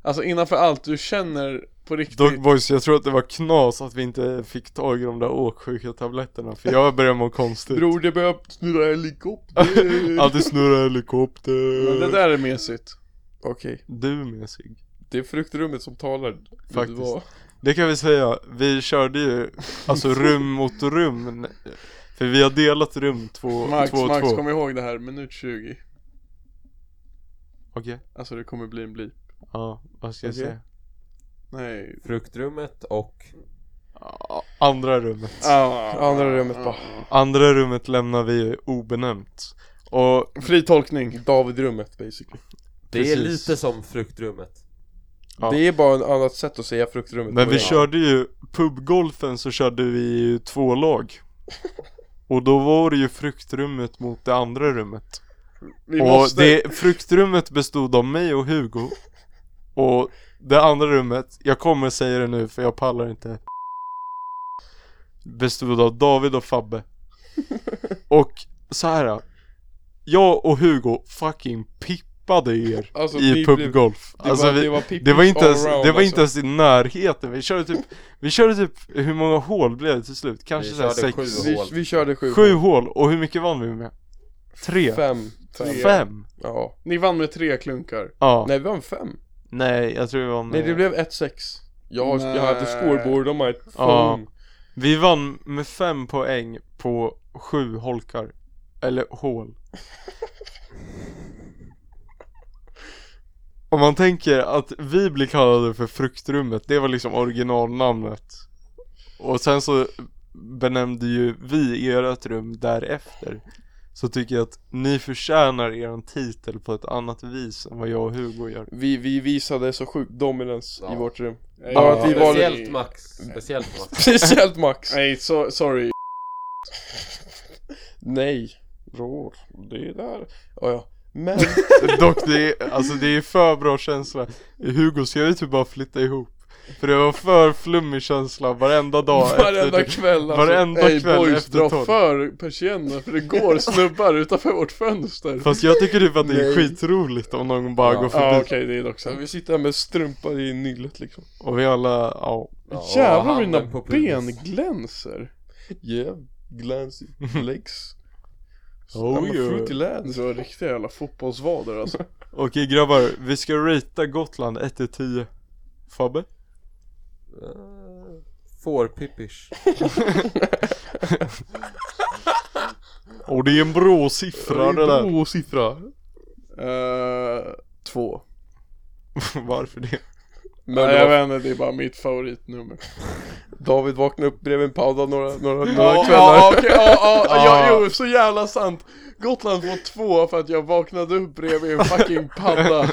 Speaker 1: alltså innanför allt, du känner på riktigt...
Speaker 2: Dog boys, jag tror att det var knas att vi inte fick tag i de där åksjuka tabletterna För jag börjar må konstigt
Speaker 4: Bror det börjar snurra helikopter
Speaker 2: Alltid snurrar helikopter
Speaker 1: Men det där är mesigt.
Speaker 4: Okej,
Speaker 2: Du med sig.
Speaker 4: det är fruktrummet som talar
Speaker 2: Faktiskt.
Speaker 4: Det var-
Speaker 2: Det kan vi säga, vi körde ju alltså rum mot rum För vi har delat rum två,
Speaker 1: Max,
Speaker 2: två och
Speaker 1: Max,
Speaker 2: två
Speaker 1: kom ihåg det här, minut 20.
Speaker 2: Okej,
Speaker 1: Alltså det kommer bli en blip.
Speaker 2: ja, vad ska jag
Speaker 4: Okej.
Speaker 2: säga?
Speaker 1: Nej.
Speaker 3: Fruktrummet och...
Speaker 2: Ja, Andra rummet
Speaker 1: Ah,
Speaker 4: Andra rummet bara
Speaker 2: Andra rummet lämnar vi obenämnt Och
Speaker 1: Fri tolkning.
Speaker 4: David-rummet basically
Speaker 3: Det är
Speaker 2: Precis.
Speaker 3: lite som fruktrummet.
Speaker 2: Ja.
Speaker 4: Det är bara ett annat sätt att säga fruktrummet
Speaker 2: Men
Speaker 4: på
Speaker 2: vi
Speaker 4: det.
Speaker 2: körde ju, pubgolfen så körde vi ju två lag Och då var det ju fruktrummet mot det andra rummet
Speaker 1: Vi
Speaker 2: Och
Speaker 1: måste...
Speaker 2: det, fruktrummet bestod av mig och Hugo Och det andra rummet, jag kommer säga det nu för jag pallar inte Bestod av David och Fabbe Och så här. Jag och Hugo fucking pippade er
Speaker 4: Alltså, vi
Speaker 2: i
Speaker 4: blev-
Speaker 2: pubgolf Alltså,
Speaker 4: det var- det var pippis
Speaker 2: det var inte ens,
Speaker 4: all around,
Speaker 2: det var
Speaker 4: alltså.
Speaker 2: inte ens i närheten, vi körde typ Vi körde typ, hur många hål blev det till slut? Kanske
Speaker 3: Vi
Speaker 2: såhär
Speaker 3: körde
Speaker 2: sex,
Speaker 3: sju
Speaker 4: vi, vi körde sju,
Speaker 2: sju hål, och hur mycket vann vi med? Tre?
Speaker 4: Fem
Speaker 1: Tre.
Speaker 2: Fem?
Speaker 4: Ja,
Speaker 1: Ni vann med tre klunkar.
Speaker 2: Ja, nej,
Speaker 4: nej vi vann fem
Speaker 2: jag tror vi vann
Speaker 4: Nej
Speaker 2: med...
Speaker 4: det blev 1-6 Jag, har- jag hade
Speaker 1: Nej.
Speaker 4: scoreboard, de har ett
Speaker 2: Ja.
Speaker 4: phone
Speaker 2: Vi vann med fem poäng på sju holkar Eller hål Om man tänker att vi blir kallade för fruktrummet, det var liksom originalnamnet Och sen så benämnde ju vi ert rum därefter Så tycker jag att ni förtjänar er titel på ett annat vis än vad jag och Hugo gör
Speaker 4: vi, vi visade så sjukt dominans i
Speaker 3: Ja.
Speaker 4: vårt rum
Speaker 1: Ja,
Speaker 4: att vi var-
Speaker 3: Speciellt Max. Speciellt Max.
Speaker 4: Speciellt Max!
Speaker 1: Nej, so sorry.
Speaker 4: Nej, rår, det där ja, ja. Men,
Speaker 2: Dock det är, alltså det är för bra känsla Hugo ska ju typ bara flytta ihop För det var för flummig känsla varenda dag
Speaker 4: varenda
Speaker 2: efter,
Speaker 4: kväll alltså
Speaker 2: Varenda
Speaker 1: Ey
Speaker 2: kväll
Speaker 1: boys,
Speaker 2: efter
Speaker 1: dra
Speaker 2: tolv
Speaker 1: för persiennerna för det går snubbar utanför vårt fönster.
Speaker 2: Fast jag tycker typ att det är
Speaker 4: Nej.
Speaker 2: skitroligt om någon bara
Speaker 3: Ja.
Speaker 2: går
Speaker 1: Ja
Speaker 2: förbi
Speaker 1: okej, det är dock
Speaker 4: Så
Speaker 1: sant.
Speaker 4: vi sitter här med strumpan i nyllet liksom
Speaker 2: Och vi alla, ja
Speaker 3: Ja, och
Speaker 1: Jävlar
Speaker 3: handen
Speaker 1: mina
Speaker 3: på pubis.
Speaker 1: ben glänser.
Speaker 4: Yeah, glancy legs
Speaker 2: Oh,
Speaker 4: I'm a
Speaker 2: yeah.
Speaker 4: fruity lad
Speaker 1: Du har riktiga jävla fotbollsvader alltså.
Speaker 2: Okej grabbar, vi ska ratea Gotland 1-10 Fabbe?
Speaker 3: Eh, Fårpippish.
Speaker 2: Och det är en brå siffra det där
Speaker 4: Åh, siffra
Speaker 1: Eh, två.
Speaker 2: Varför det?
Speaker 4: Men
Speaker 1: Nej, jag
Speaker 4: då,
Speaker 1: vet inte, det är bara mitt favoritnummer.
Speaker 4: David vaknade upp bredvid en padda några, några, några
Speaker 1: Ja,
Speaker 4: kvällar
Speaker 1: ja, okej, ja, ja,
Speaker 2: Ja.
Speaker 1: ja, jo, så jävla sant. Gotland får två för att jag vaknade upp bredvid en fucking padda.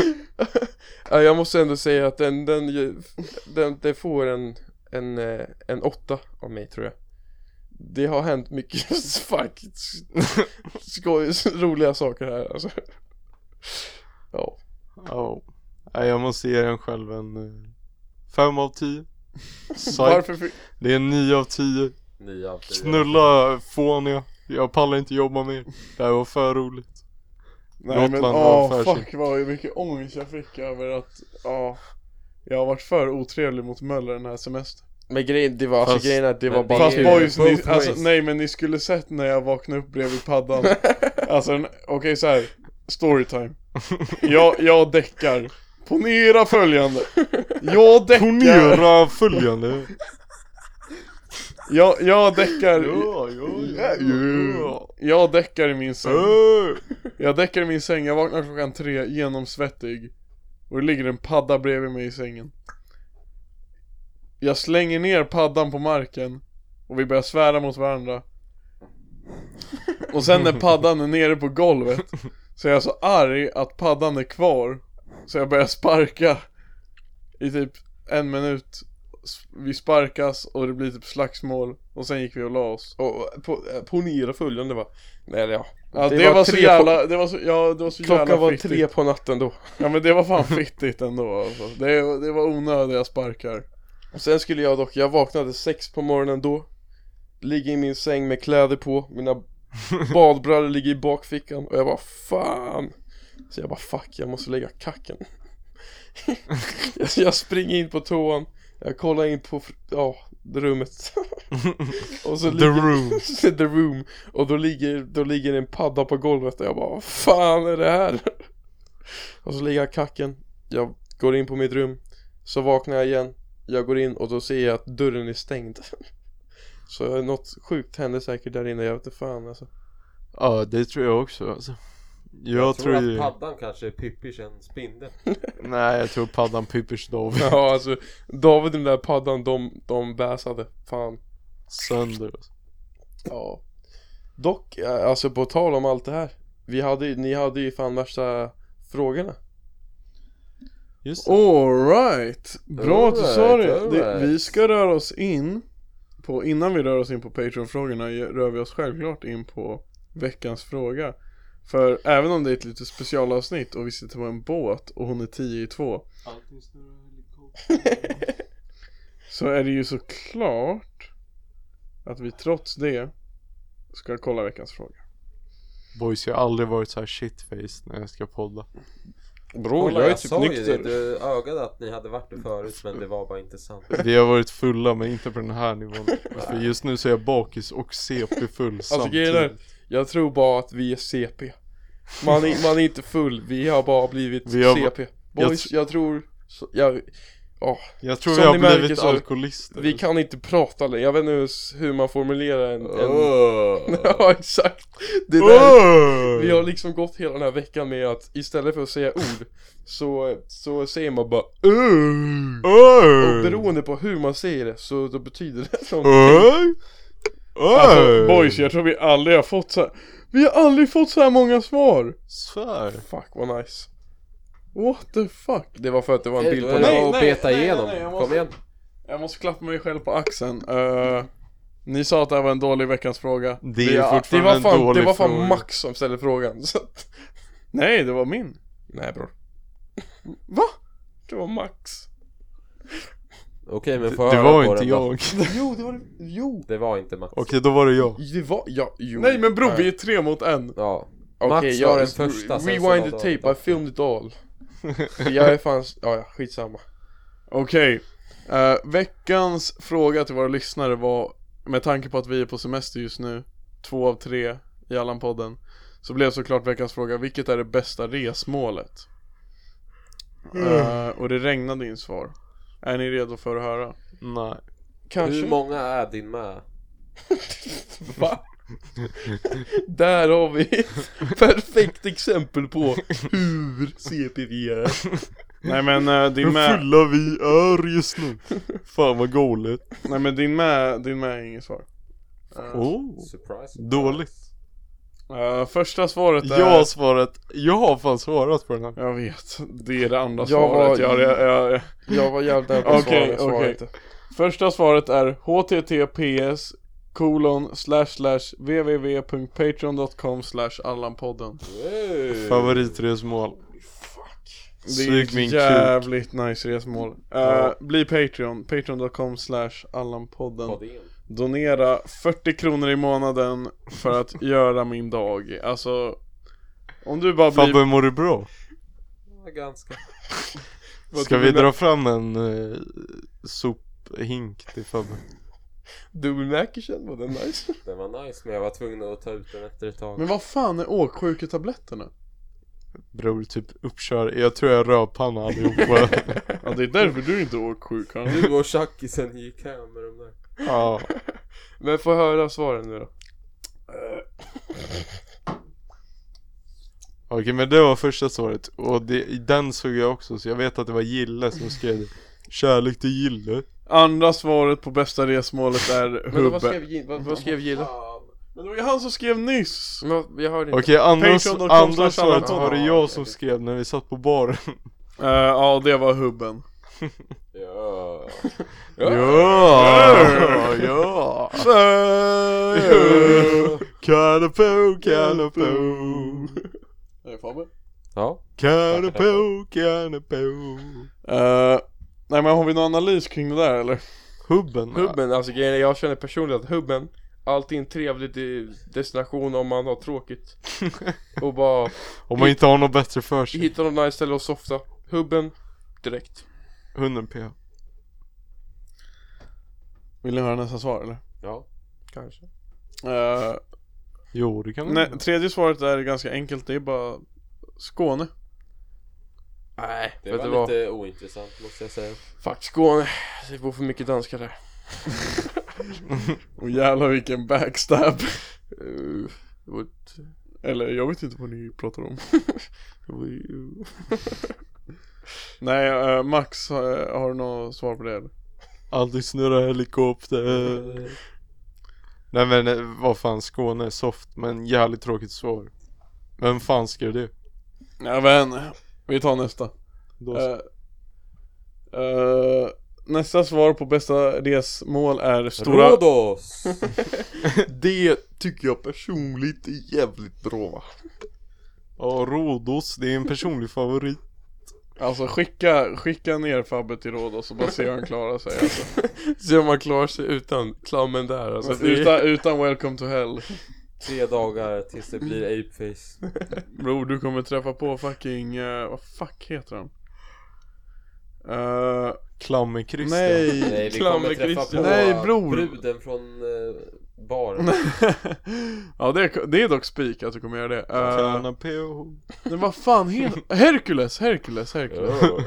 Speaker 4: Ja, Jag måste ändå säga att den, den, ju- den det får en, en, eh, en åtta av mig tror jag Det har hänt mycket fucking skoj, roliga saker här alltså Ja,
Speaker 2: Ja, Nej, jag måste ge den själv en eh, fem av 10
Speaker 1: Varför fick...
Speaker 2: Det är en 9 av 10
Speaker 3: Nio av tio.
Speaker 2: Knulla fåniga, jag pallar inte jobba mer. Det här var för roligt.
Speaker 1: Nej men
Speaker 2: Gotland har
Speaker 1: åh
Speaker 2: för sig.
Speaker 1: fuck vad mycket ångest jag fick över att, ja. Jag har varit för otrevlig mot Möller den här semestern.
Speaker 4: men grejen, det var alltså
Speaker 2: Fast-
Speaker 4: grejen är att det var
Speaker 3: men
Speaker 4: bara
Speaker 3: det är
Speaker 1: Fast
Speaker 3: ju
Speaker 4: kul.
Speaker 1: boys, ni,
Speaker 3: both
Speaker 1: alltså,
Speaker 3: ways.
Speaker 1: nej men ni skulle sett när jag vaknade upp bredvid paddan Alltså den- okej så här. storytime jag, jag däckar Ponera följande Jag däckar
Speaker 2: Ponera följande.
Speaker 1: Jag, jag däckar
Speaker 2: Ja, ja, ja.
Speaker 1: Jag däckar i min säng
Speaker 2: Öh.
Speaker 1: Jag däckar i min säng, jag vaknar klockan tre genomsvettig Och det ligger en padda bredvid mig i sängen Jag slänger ner paddan på marken Och vi börjar svära mot varandra Och sen när paddan är nere på golvet Så är jag så arg att paddan är kvar Så jag börjar sparka I typ en minut s- vi sparkas och det blir typ slagsmål och sen gick vi och la oss.
Speaker 4: Och på- eh, ponera följande va? Nej, eller ja.
Speaker 1: Ja det, var, så
Speaker 4: tre
Speaker 1: jävla, det var så, ja det var så
Speaker 4: På, klockan
Speaker 1: jävla
Speaker 4: var
Speaker 1: fittigt.
Speaker 4: tre på natten då.
Speaker 1: Ja men det var fan fittigt ändå alltså. det, det var onödiga sparkar.
Speaker 4: Och Sen skulle jag dock, jag vaknade sex på morgonen då Ligger i min säng med kläder på, mina badbrallor ligger i bakfickan och jag bara fan Så jag bara fuck, jag måste lägga kacken Så jag springer in på toan Jag kollar in på, fr- ja, rummet och så
Speaker 2: The room.
Speaker 4: The room Och då ligger, då ligger en padda på golvet och jag bara vad fan är det här? Och så ligger jag i kacken Jag går in på mitt rum Så vaknar jag igen Jag går in och då ser jag att dörren är stängd Så något sjukt hände säkert där inne, jag vet inte fan alltså
Speaker 2: Ja, det tror jag också alltså. Jag, tror,
Speaker 3: tror att
Speaker 2: ju...
Speaker 3: paddan kanske är pippig än spindeln.
Speaker 2: Nej, jag tror paddan pippers dov
Speaker 4: Ja alltså David och den där paddan, de, de bäsade, fan
Speaker 2: sönder. alltså.
Speaker 4: Ja Dock, eh, alltså på tal om allt det här Vi hade ju- ni hade ju fan värsta frågorna
Speaker 2: Just det.
Speaker 1: Alright, bra att du sa
Speaker 3: Alright,
Speaker 1: det. det.
Speaker 3: alright.
Speaker 1: Vi ska röra oss in på, innan vi rör oss in på Patreon-frågorna rör vi oss självklart in på veckans fråga. För även om det är ett lite specialavsnitt och vi sitter på en båt och hon är 10 i 2 Så är det ju såklart att vi trots det ska kolla veckans fråga.
Speaker 2: Boys, jag har aldrig varit så här shitface när jag ska podda.
Speaker 4: Bror
Speaker 3: Kolla,
Speaker 1: typ
Speaker 3: jag typ sa ju det, du ögade att ni hade varit det förut men det var bara inte sant.
Speaker 2: Vi har varit fulla, men inte på den här nivån. För just nu så är jag bakis och CP-full
Speaker 4: Alltså grejen är,
Speaker 2: samtidigt.
Speaker 4: jag tror bara att vi är CP Man är, man är inte full, vi har bara blivit
Speaker 2: Vi har-
Speaker 4: CP
Speaker 2: jag
Speaker 4: Boys,
Speaker 2: tr-
Speaker 4: jag, tror, så- jag, åh,
Speaker 2: Jag tror
Speaker 4: Som
Speaker 2: vi har
Speaker 4: ni märker
Speaker 2: blivit
Speaker 4: så-
Speaker 2: alkoholister.
Speaker 4: vi kan inte prata längre, jag vet inte hur- hur man formulerar en, en...
Speaker 1: Oh.
Speaker 4: Ja exakt, det är där.
Speaker 2: Oh.
Speaker 4: Vi har liksom gått hela den här veckan med att istället för att säga ord så, så säger man bara
Speaker 2: Öh!
Speaker 4: Äh. Och
Speaker 2: Öh!
Speaker 4: beroende på hur man säger det så då betyder det som
Speaker 2: Öh!
Speaker 1: Alltså boys, jag tror vi aldrig har fått så här... Vi har aldrig fått så här många svar!
Speaker 2: Svär.
Speaker 4: Fuck vad nice
Speaker 1: What the fuck?
Speaker 4: Det var för att det var en bild på
Speaker 3: Då är det
Speaker 1: Nej,
Speaker 3: bara att
Speaker 1: nej,
Speaker 3: beta
Speaker 1: nej, nej,
Speaker 3: igenom.
Speaker 1: nej, jag måste-
Speaker 3: Kom igen.
Speaker 1: Jag måste klappa mig själv på axeln. Eh, ni sa att det här var en dålig veckans fråga.
Speaker 2: Det
Speaker 4: det,
Speaker 2: är
Speaker 4: var- det
Speaker 2: fortfarande
Speaker 4: var
Speaker 2: en
Speaker 4: fan,
Speaker 2: dålig
Speaker 4: det var fan
Speaker 2: fråga.
Speaker 4: Max som ställde frågan så att,
Speaker 1: Nej, det var min.
Speaker 4: Nej bror
Speaker 1: Va?
Speaker 4: Det var Max
Speaker 3: Okej men får jag
Speaker 2: Det
Speaker 3: höra
Speaker 2: var
Speaker 3: på
Speaker 2: inte
Speaker 3: den då?
Speaker 2: jag.
Speaker 1: Jo, det var Jo!
Speaker 3: Det var inte Max.
Speaker 2: Okej, då var det jag.
Speaker 4: Det var, ja, jo
Speaker 1: Nej men bror,
Speaker 4: Nej.
Speaker 1: vi är tre mot en.
Speaker 3: Ja.
Speaker 4: Okej,
Speaker 3: Max
Speaker 4: jag-
Speaker 3: var den första, sen så var
Speaker 4: Rewind the
Speaker 3: David
Speaker 4: tape, I filmed it all Jag är fan, ja ja, skitsamma
Speaker 1: Okej. Eh, veckans fråga till våra lyssnare var, med tanke på att vi är på semester just nu, två av tre i Allan-podden, så blev såklart veckans fråga, vilket är det bästa resmålet? Eh, och det regnade in svar. Är ni redo för att höra?
Speaker 2: Nej.
Speaker 4: Kanske
Speaker 3: Hur många är din med?
Speaker 4: Va? Där har vi ett perfekt exempel på hur CP vi är
Speaker 1: Nej men eh,
Speaker 2: Hur
Speaker 1: din med,
Speaker 2: fulla vi är just nu. Fan vad galet.
Speaker 1: nej men din med, din med är inget svar.
Speaker 2: Oh.
Speaker 3: Surprise.
Speaker 2: Dåligt.
Speaker 1: Eh, första svaret är...
Speaker 2: Jag har svarat, jag har fan svarat på den här.
Speaker 1: Jag vet, det är det andra
Speaker 4: Jag
Speaker 1: svaret
Speaker 4: var-
Speaker 1: jag, jag, jag,
Speaker 4: Jag var jävligt nära på
Speaker 1: Okej,
Speaker 4: att svara, jag svarade
Speaker 1: okej.
Speaker 4: inte
Speaker 1: Första svaret är https kolon slash slash www.patreon.com slash allanpodden
Speaker 2: Favoritresmål.
Speaker 1: Det
Speaker 2: Sug
Speaker 1: är
Speaker 2: min
Speaker 1: ett
Speaker 2: kuk.
Speaker 1: jävligt nice resmål Eh, Bli Patreon, patreon.com slash allanpodden
Speaker 3: Podden.
Speaker 1: Donera 40 kronor i månaden för att göra min dag Alltså Om du bara blir
Speaker 2: Fabbe mår du bra?
Speaker 3: Ja, ganska.
Speaker 2: Ska vi dra fram en eh, sophink till Fabbe?
Speaker 4: Dubbel Mackersen var den nice
Speaker 3: Den var nice men jag var tvungen att ta ut den efter ett tag.
Speaker 1: Men vad fan är åksjuketabletterna?
Speaker 2: Bror, typ uppkör. Jag tror jag rödpanna allihopa.
Speaker 1: Ja det är därför du inte är åksjuk han.
Speaker 3: Du och tjackisen gick hem med de där.
Speaker 2: ja.
Speaker 4: Men få höra svaren nu då
Speaker 2: Okej, men det var första svaret. Och det, den såg jag också, så jag vet att det var Gille som skrev det. Kärlek till Gille.
Speaker 1: Andra svaret på bästa resmålet är
Speaker 4: Men vad
Speaker 1: hubbe
Speaker 4: skrev, Gi- vad, vad skrev Gille?
Speaker 1: Men det var ju han som skrev nyss!
Speaker 4: Men Jag hörde inte
Speaker 2: Okej, andra,
Speaker 1: Patreon.com
Speaker 2: andra
Speaker 1: slash
Speaker 2: svaret
Speaker 1: Allan.
Speaker 4: Mm.
Speaker 2: var det jag som skrev när vi satt på baren.
Speaker 1: Eh, ja, det var hubben.
Speaker 3: Ja.
Speaker 2: Ja, ja. Kanapå, kanapå.
Speaker 1: Det är Fabbe.
Speaker 3: Ja.
Speaker 2: Kanapå, kanapå.
Speaker 1: Eh, nej men har vi någon analys kring det där eller?
Speaker 2: Hubben.
Speaker 4: Hubben, alltså grejen är, jag känner personligen att hubben Alltid en trevlig de- destination om man har tråkigt Och bara
Speaker 2: Om man inte har något bättre för sig.
Speaker 4: hitta något nice ställe och softa Hubben, direkt
Speaker 2: Hunden P.
Speaker 1: Vill ni höra nästa svar eller?
Speaker 3: Ja.
Speaker 4: Kanske
Speaker 1: Eh,
Speaker 2: Jo, det kan man
Speaker 1: nej, tredje svaret är ganska enkelt, det är bara Skåne.
Speaker 4: Nej,
Speaker 3: Det
Speaker 4: vet
Speaker 3: var
Speaker 4: du vad?
Speaker 3: lite ointressant måste jag säga.
Speaker 4: Fuck Skåne, det bor för mycket danskar där
Speaker 1: Och jävlar vilken backstab.
Speaker 4: Uh, det var ett-
Speaker 1: Eller jag vet inte vad ni pratar om.
Speaker 4: det var ju-
Speaker 1: Nej, eh, Max, eh, har du något svar på det eller?
Speaker 2: Aldrig snurra helikopter. Nej men eh, vad fan, Skåne är soft men jävligt tråkigt svar. Vem fan ska göra det?
Speaker 1: Ja men, vi tar nästa.
Speaker 2: Då så.
Speaker 1: Eh, eh, nästa svar på bästa resmål är Stora...
Speaker 3: Rhodos!
Speaker 4: Det tycker jag personligt är jävligt bra va?
Speaker 2: Ja, Rhodos, det är en personlig favorit.
Speaker 1: Alltså skicka, skicka ner Fabbe till Rhodos och bara se hur han klarar sig alltså.
Speaker 4: Se om man klarar sig utan klammen där alltså det är-
Speaker 1: utan, utan Welcome to Hell.
Speaker 3: Tre dagar tills det blir apeface.
Speaker 1: Bror du kommer träffa på fucking, eh, vad fuck heter han? Eh,
Speaker 2: Klamme-Christian.
Speaker 1: nej!
Speaker 3: Nej, vi kommer
Speaker 4: Klammer
Speaker 3: träffa på
Speaker 4: Christian.
Speaker 1: Nej, bror.
Speaker 3: bruden från eh, baren.
Speaker 1: ja det är, det är dock spik att du kommer göra det. Uh,
Speaker 2: Kanapé och...
Speaker 1: men vad fan heter Hercules, Hercules, Hercules.
Speaker 3: Ja.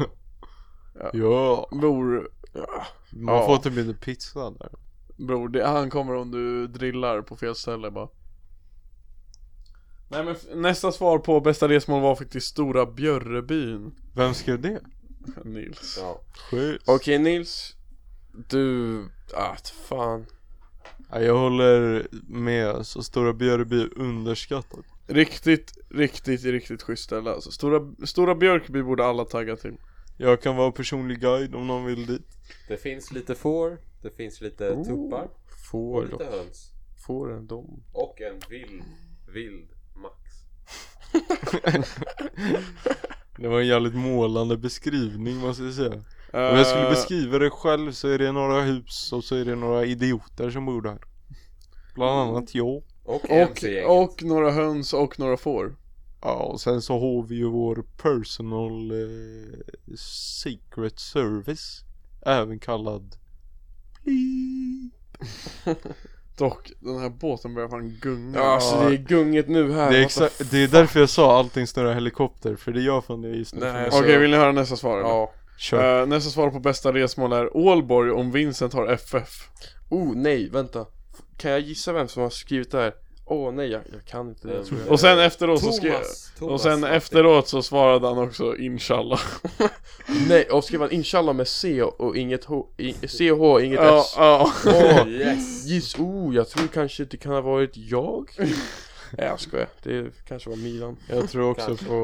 Speaker 2: Ja.
Speaker 1: Bror,
Speaker 2: Man
Speaker 1: Ja.
Speaker 2: får typ lite pizza där.
Speaker 1: bror det, han kommer om du drillar på fel ställe bara. Nej men f- nästa svar på bästa resmål var faktiskt Stora Björrebyn.
Speaker 2: Vem skrev det?
Speaker 1: Nils.
Speaker 3: Ja.
Speaker 2: Schysst.
Speaker 4: Okej Nils Du, ah fan
Speaker 2: Ja, jag håller med, så Stora Björby är underskattad.
Speaker 1: Riktigt, riktigt, riktigt schysst ställe alltså. Stora, Stora Björkby borde alla tagga till.
Speaker 2: Jag kan vara personlig guide om någon vill dit.
Speaker 3: Det finns lite får, det finns lite
Speaker 1: Oh,
Speaker 3: tuppar,
Speaker 4: Får
Speaker 3: lite höns.
Speaker 4: Får en dom
Speaker 3: Och en vild, vild Max.
Speaker 2: Det var en jävligt målande beskrivning måste jag säga. Om jag skulle
Speaker 1: Eh,
Speaker 2: beskriva det själv så är det några hus och så är det några idioter som bor där. Bland
Speaker 4: Mm.
Speaker 2: annat jag.
Speaker 3: Och, MC-gänget.
Speaker 1: och, och några höns och några får.
Speaker 2: Ja, och sen så har vi ju vår personal eh, secret service. Även kallad
Speaker 1: Dock, den här båten börjar fan gunga.
Speaker 4: Ja, alltså det är gunget nu här
Speaker 2: det är,
Speaker 4: what the
Speaker 2: exa- det är därför jag sa allting snurrar helikopter, för det gör fan det just nu.
Speaker 4: Nej,
Speaker 1: Okej, vill ni höra nästa svar? eller?
Speaker 4: Ja.
Speaker 2: Kör.
Speaker 1: Eh, nästa svar på bästa resmål är Ålborg om Vincent har FF.
Speaker 4: Oh nej, vänta. Kan jag gissa vem som har skrivit det här? Åh nej, jag, jag kan inte det tror jag.
Speaker 1: Och sen efteråt så skrev...
Speaker 3: Thomas, Thomas
Speaker 1: Och sen
Speaker 3: Martin.
Speaker 1: efteråt så svarade han också inshallah.
Speaker 4: Nej, och skrev han inshallah med C och inget H, i, CH, inget
Speaker 1: Ja,
Speaker 4: S.
Speaker 1: ja.
Speaker 4: Åh,
Speaker 3: Yes!
Speaker 4: giss, oh, jag tror kanske det kan ha varit jag. Nej jag skojar, det kanske var Milan.
Speaker 2: Jag tror också på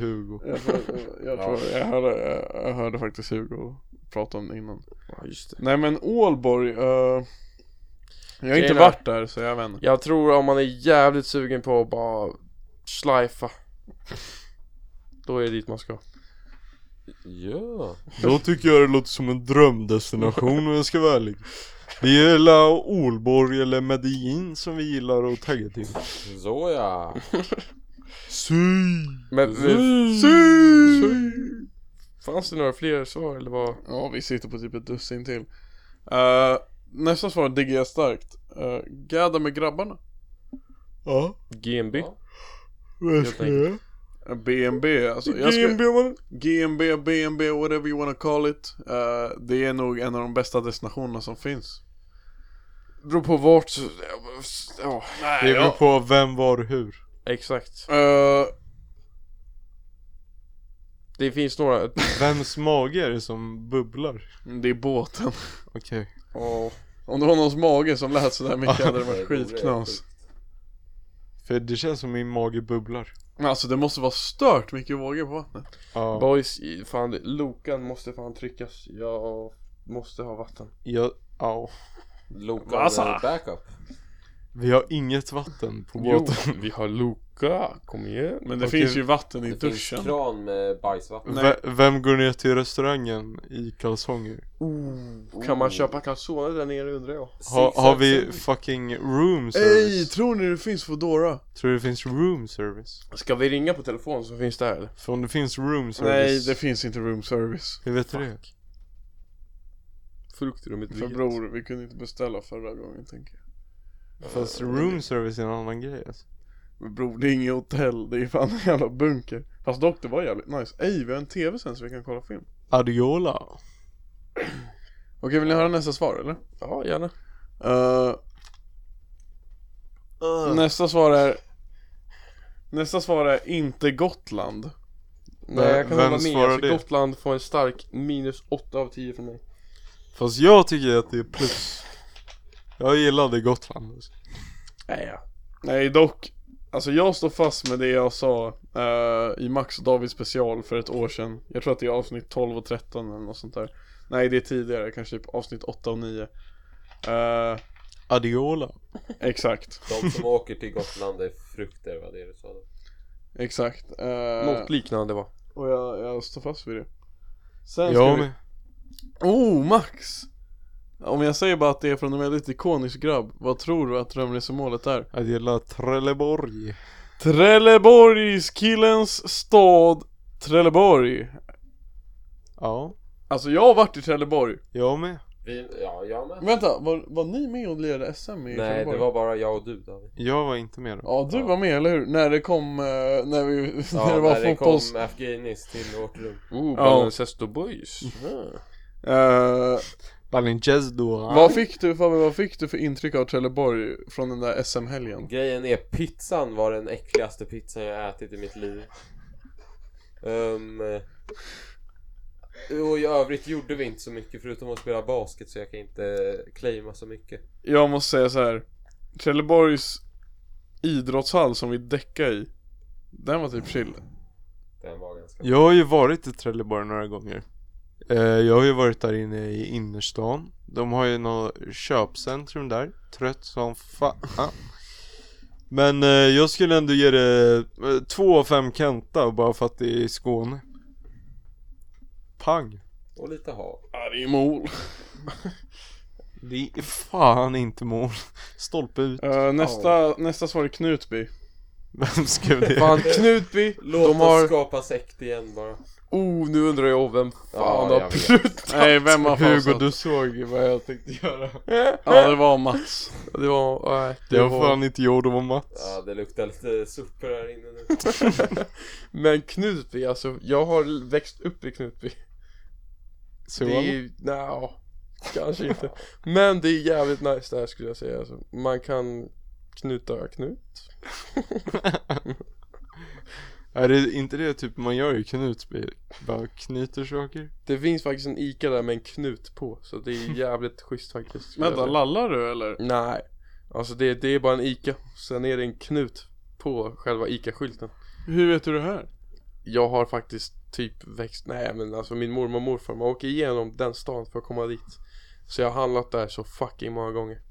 Speaker 2: Hugo.
Speaker 1: Jag tror, jag, tror, jag, hörde, jag hörde faktiskt Hugo prata om det innan.
Speaker 4: Ja just det.
Speaker 1: Nej men Ålborg, eh, jag har
Speaker 4: Grejen
Speaker 1: inte
Speaker 4: är-
Speaker 1: varit där så jag vet inte.
Speaker 4: Jag tror om man är jävligt sugen på att bara slajfa. Då är det dit man ska.
Speaker 3: Ja.
Speaker 2: Då tycker jag det låter som en drömdestination om jag ska vara ärlig. Det är ju la Ålborg eller Medellin som vi gillar att tagga till.
Speaker 3: Så ja.
Speaker 4: Men,
Speaker 1: Mm.
Speaker 4: eh, fanns det några fler svar eller vad?
Speaker 1: Ja vi sitter på typ ett dussin till. Eh, nästa svar diggar jag starkt. Uh, gadda med grabbarna.
Speaker 2: Ja,
Speaker 4: GMB?
Speaker 3: Ja.
Speaker 2: vad
Speaker 4: ska jag
Speaker 1: Eh, BNB alltså. Jag ska, GMB, BNB, whatever you wanna call it. Eh, det är nog en av de bästa destinationerna som finns.
Speaker 4: Beror på vart, så- ja.
Speaker 2: Det beror på vem, var, hur.
Speaker 4: Exakt.
Speaker 1: Eh,
Speaker 4: Det finns några...
Speaker 2: Vems mage är det som bubblar?
Speaker 1: det är båten.
Speaker 2: Okej.
Speaker 1: Om det var någons mage som lät sådär mycket hade det varit skitknas.
Speaker 2: För det känns som min mage bubblar.
Speaker 1: Men alltså det måste vara stört mycket vågor på vattnet.
Speaker 2: Ja.
Speaker 4: Boys, i- fan Lokan måste fan tryckas. Jag måste ha vatten.
Speaker 2: Jag, ja.
Speaker 3: Loka
Speaker 1: Alltså.
Speaker 3: med backup.
Speaker 2: Vi har inget vatten på
Speaker 4: Jo,
Speaker 2: båten.
Speaker 4: vi har Loka. Kom igen.
Speaker 1: Men det
Speaker 2: Okej.
Speaker 1: finns ju vatten i
Speaker 3: Det
Speaker 1: duschen.
Speaker 3: finns kran med bajsvatten.
Speaker 2: V- vem går ner till restaurangen i kalsonger?
Speaker 1: Oh.
Speaker 4: Oh. Kan man köpa calzone där nere undrar jag.
Speaker 2: Ha, har vi
Speaker 3: Zigzag.
Speaker 2: fucking room service?
Speaker 1: Ey, tror ni det finns Foodora?
Speaker 2: Tror du det finns room service?
Speaker 4: Ska vi ringa på telefon så finns det här eller?
Speaker 2: För om det finns room
Speaker 1: Nej,
Speaker 2: service,
Speaker 1: det finns inte room service.
Speaker 2: hur vet du det?
Speaker 4: Frukt i rummet
Speaker 1: För
Speaker 4: vet.
Speaker 1: bror, vi kunde inte beställa förra gången tänker jag.
Speaker 2: Fast room service är en annan grej alltså.
Speaker 1: Men bror, det är inget hotell, det är fan en jävla bunker. Fast dock, det var jävligt nice. Ey, vi har en tv sen så vi kan kolla film.
Speaker 2: Adiola.
Speaker 1: Okej, vill ni höra nästa svar eller?
Speaker 4: Ja, gärna.
Speaker 1: Eh,
Speaker 4: Eh. Uh.
Speaker 1: Nästa svar är... Nästa svar är inte Gotland.
Speaker 4: Nej, jag kan
Speaker 2: vem
Speaker 4: hålla med.
Speaker 2: svarar
Speaker 4: Alltså,
Speaker 2: det?
Speaker 4: Gotland får en stark minus 8 av 10 från mig.
Speaker 2: Fast jag tycker att det är plus. Jag gillade Gotland alltså.
Speaker 4: Ja, ja.
Speaker 1: Nej dock, alltså jag står fast med det jag sa eh, i Max och David special för ett år sedan. Jag tror att det är avsnitt 12 och 13 eller något sånt där. Nej det är tidigare, kanske typ avsnitt 8 och 9. Eh,
Speaker 2: Adiola.
Speaker 1: exakt,
Speaker 3: De som åker till Gotland är frukter, vad det är du sa.
Speaker 1: exakt. Eh,
Speaker 4: Något liknande va?
Speaker 1: och jag, jag står fast vid det. Sen ska
Speaker 2: Jag
Speaker 1: vi...
Speaker 2: med.
Speaker 1: Oh Max! Om jag säger bara att det är från en väldigt ikonisk grabb, vad tror du att drömresemålet är?
Speaker 2: Att gilla Trelleborg.
Speaker 1: Trelleborgskillens stad Trelleborg.
Speaker 2: Ja,
Speaker 1: Alltså jag har varit i Trelleborg.
Speaker 2: jag med.
Speaker 3: Vi, ja, jag med.
Speaker 1: Vänta, var, var ni med och lirade SM i
Speaker 3: Nej, det
Speaker 1: Trelleborg?
Speaker 3: var bara jag och du David.
Speaker 2: Jag var inte med då.
Speaker 1: Ja, du var med eller hur? När det kom, eh, när vi,
Speaker 3: Ja,
Speaker 1: när det var
Speaker 3: när det
Speaker 1: fotbolls...
Speaker 3: kom Afghanis till vårt rum.
Speaker 4: Oh,
Speaker 1: Baloncesto
Speaker 4: Boys. Äh.
Speaker 1: Eh,
Speaker 2: Balincesdo.
Speaker 1: vad fick du Fabbe, vad fick du för intryck av Trelleborg från den där SM-helgen?
Speaker 3: Grejen är, pizzan var den äckligaste pizzan jag ätit i mitt liv. Ehm, och i övrigt gjorde vi inte så mycket förutom att spela basket så jag kan inte claima så mycket.
Speaker 1: Jag måste säga så här. Trelleborgs idrottshall som vi däckade i, den var typ chill.
Speaker 3: Den var ganska
Speaker 2: Typ. Jag har ju varit i Trelleborg några gånger. Eh, Jag har ju varit där inne i innerstan. De har ju något köpcentrum där. Trött som fan. Men eh, jag skulle ändå ge det eh, två av fem Kenta bara för att det är i Skåne. Pang.
Speaker 3: Och lite hav.
Speaker 1: Ja, det är mål.
Speaker 2: Det är fan inte mål. Stolpe ut.
Speaker 1: Eh, nästa, nästa svar är Knutby.
Speaker 2: Vem skrev det?
Speaker 4: Fan Knutby,
Speaker 3: Låt
Speaker 4: de har...
Speaker 3: oss skapa sekt igen bara.
Speaker 4: Oh, nu undrar jag vem fan
Speaker 3: Ja, jag
Speaker 4: har
Speaker 3: vet.
Speaker 4: prutat.
Speaker 1: Nej, vem har
Speaker 2: Hugo,
Speaker 1: pausat?
Speaker 2: du såg vad jag tänkte göra.
Speaker 1: Ja, det var Mats.
Speaker 4: Det var, nej,
Speaker 2: Det var fan inte jag, det var Mats.
Speaker 3: Ja, det luktar lite sopor här inne nu.
Speaker 4: Men Knutby alltså, jag har växt upp i Knutby.
Speaker 2: Så
Speaker 4: Det är ju, nja, kanske inte. Men det är jävligt nice där skulle jag säga alltså. Man kan knuta Knut.
Speaker 2: Är det inte det typ man gör i Knutby? Bara knyter saker?
Speaker 4: Det finns faktiskt en Ica där med en knut på, så det är jävligt schysst faktiskt. skulle jag
Speaker 1: Vänta,
Speaker 4: säga.
Speaker 1: lallar du eller?
Speaker 4: Nej, alltså det, det är bara en Ica, sen är det en knut på själva Ica-skylten.
Speaker 1: Hur vet du det här?
Speaker 4: Jag har faktiskt typ växt, nej men alltså min mormor och morfar, man åker igenom den stan för att komma dit. Så jag har handlat där så fucking många gånger.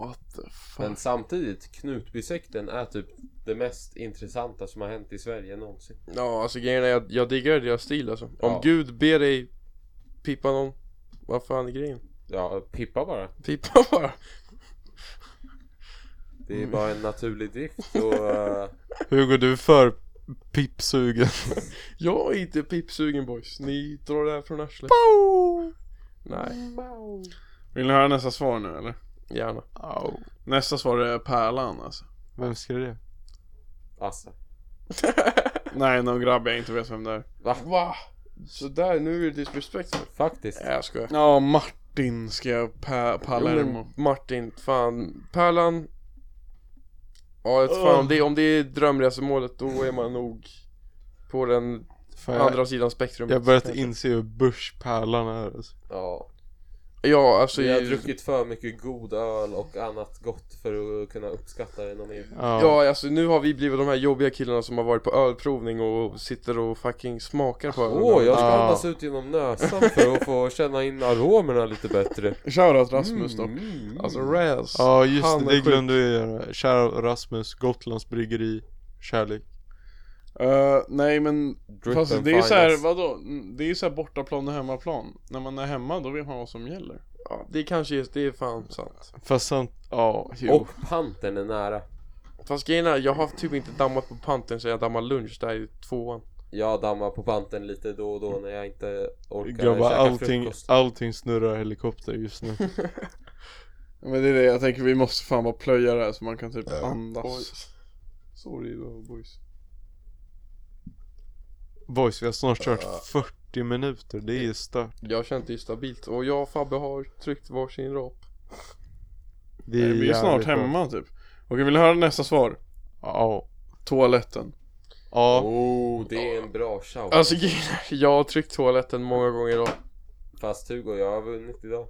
Speaker 1: What the fuck?
Speaker 3: Men samtidigt, Knutbysekten är typ det mest intressanta som har hänt i Sverige någonsin.
Speaker 4: Ja, alltså grejen är att jag diggar deras stil alltså. Om
Speaker 3: Ja.
Speaker 4: Gud ber dig pipa någon, vad fan är grejen?
Speaker 3: Ja, pippa bara.
Speaker 4: Pipa bara.
Speaker 3: Det är
Speaker 4: Mm.
Speaker 3: bara en naturlig drift och... eh,
Speaker 2: Hugo, du är för pipsugen.
Speaker 4: Jag är inte pipsugen boys, ni drar det här från arslet. Nej,
Speaker 1: Vill ni höra nästa svar nu eller?
Speaker 4: gärna.
Speaker 2: Au.
Speaker 1: Nästa svar är Pärlan alltså.
Speaker 2: Vem skrev det?
Speaker 3: Assa.
Speaker 1: Nej, någon grabb jag inte vet vem det är.
Speaker 4: Va? Sådär, nu är det disrespect.
Speaker 3: Faktiskt.
Speaker 4: Nej jag skojar.
Speaker 1: Ja, Martin skrev pa-
Speaker 4: Jo,
Speaker 1: Palermo.
Speaker 4: men Martin, fan. Pärlan. Ja, jag vet fan, om, det, om det är drömresemålet då är man nog på den
Speaker 2: Fan, jag,
Speaker 4: andra sidan spektrumet.
Speaker 2: jag börjat
Speaker 4: kanske.
Speaker 2: inse hur börspärlan är alltså.
Speaker 3: Ja.
Speaker 4: Ja, alltså
Speaker 3: Vi har
Speaker 4: i-
Speaker 3: druckit för mycket god öl och annat gott för att kunna uppskatta det någon mer.
Speaker 2: Ja.
Speaker 4: Ja, alltså nu har vi blivit de här jobbiga killarna som har varit på ölprovning och sitter och fucking smakar på ölen.
Speaker 3: Åh, jag ska
Speaker 2: Ja.
Speaker 3: andas ut genom näsan för att få känna in aromerna lite bättre.
Speaker 1: Shoutout Rasmus dock.
Speaker 4: Alltså Raz.
Speaker 2: Ja just det,
Speaker 4: Han är
Speaker 2: det
Speaker 4: sjuk.
Speaker 2: glömde vi göra. Kära Rasmus, Gotlands bryggeri, kärlek.
Speaker 1: Eh, nej men,
Speaker 3: Drip
Speaker 1: fast
Speaker 3: and
Speaker 1: det är så här,
Speaker 3: finest.
Speaker 1: vadå? Mm, Det är så här bortaplan och hemmaplan. När man är hemma då vet man vad som gäller.
Speaker 4: Ja, det kanske är, det är fan sant.
Speaker 2: Fast sant, ja jo.
Speaker 3: Och pantern är nära.
Speaker 4: Fast grejen är, jag har typ inte dammat på panten sen jag dammade lunch där i tvåan.
Speaker 3: Jag dammar på pantern lite då och då när jag inte orkar
Speaker 2: Grabbar,
Speaker 3: käka
Speaker 2: allting,
Speaker 3: frukost.
Speaker 2: allting snurrar helikopter just nu.
Speaker 1: Men det är det jag tänker, vi måste fan bara plöja det här så man kan typ andas. Sorry då boys.
Speaker 2: Boys, vi har snart kört 40 minuter, det är stört.
Speaker 4: Jag känner det är stabilt. Och jag och Fabbe har tryckt varsin rap.
Speaker 2: Det
Speaker 1: Nej, vi är snart
Speaker 2: jävligt bra.
Speaker 1: hemma typ. Okej, vill du höra nästa svar?
Speaker 2: Ja.
Speaker 1: Toaletten.
Speaker 2: Ja.
Speaker 3: Oh, det är en bra shout.
Speaker 4: Alltså grejen är, jag har tryckt toaletten många gånger idag.
Speaker 3: Fast Hugo, jag har vunnit idag.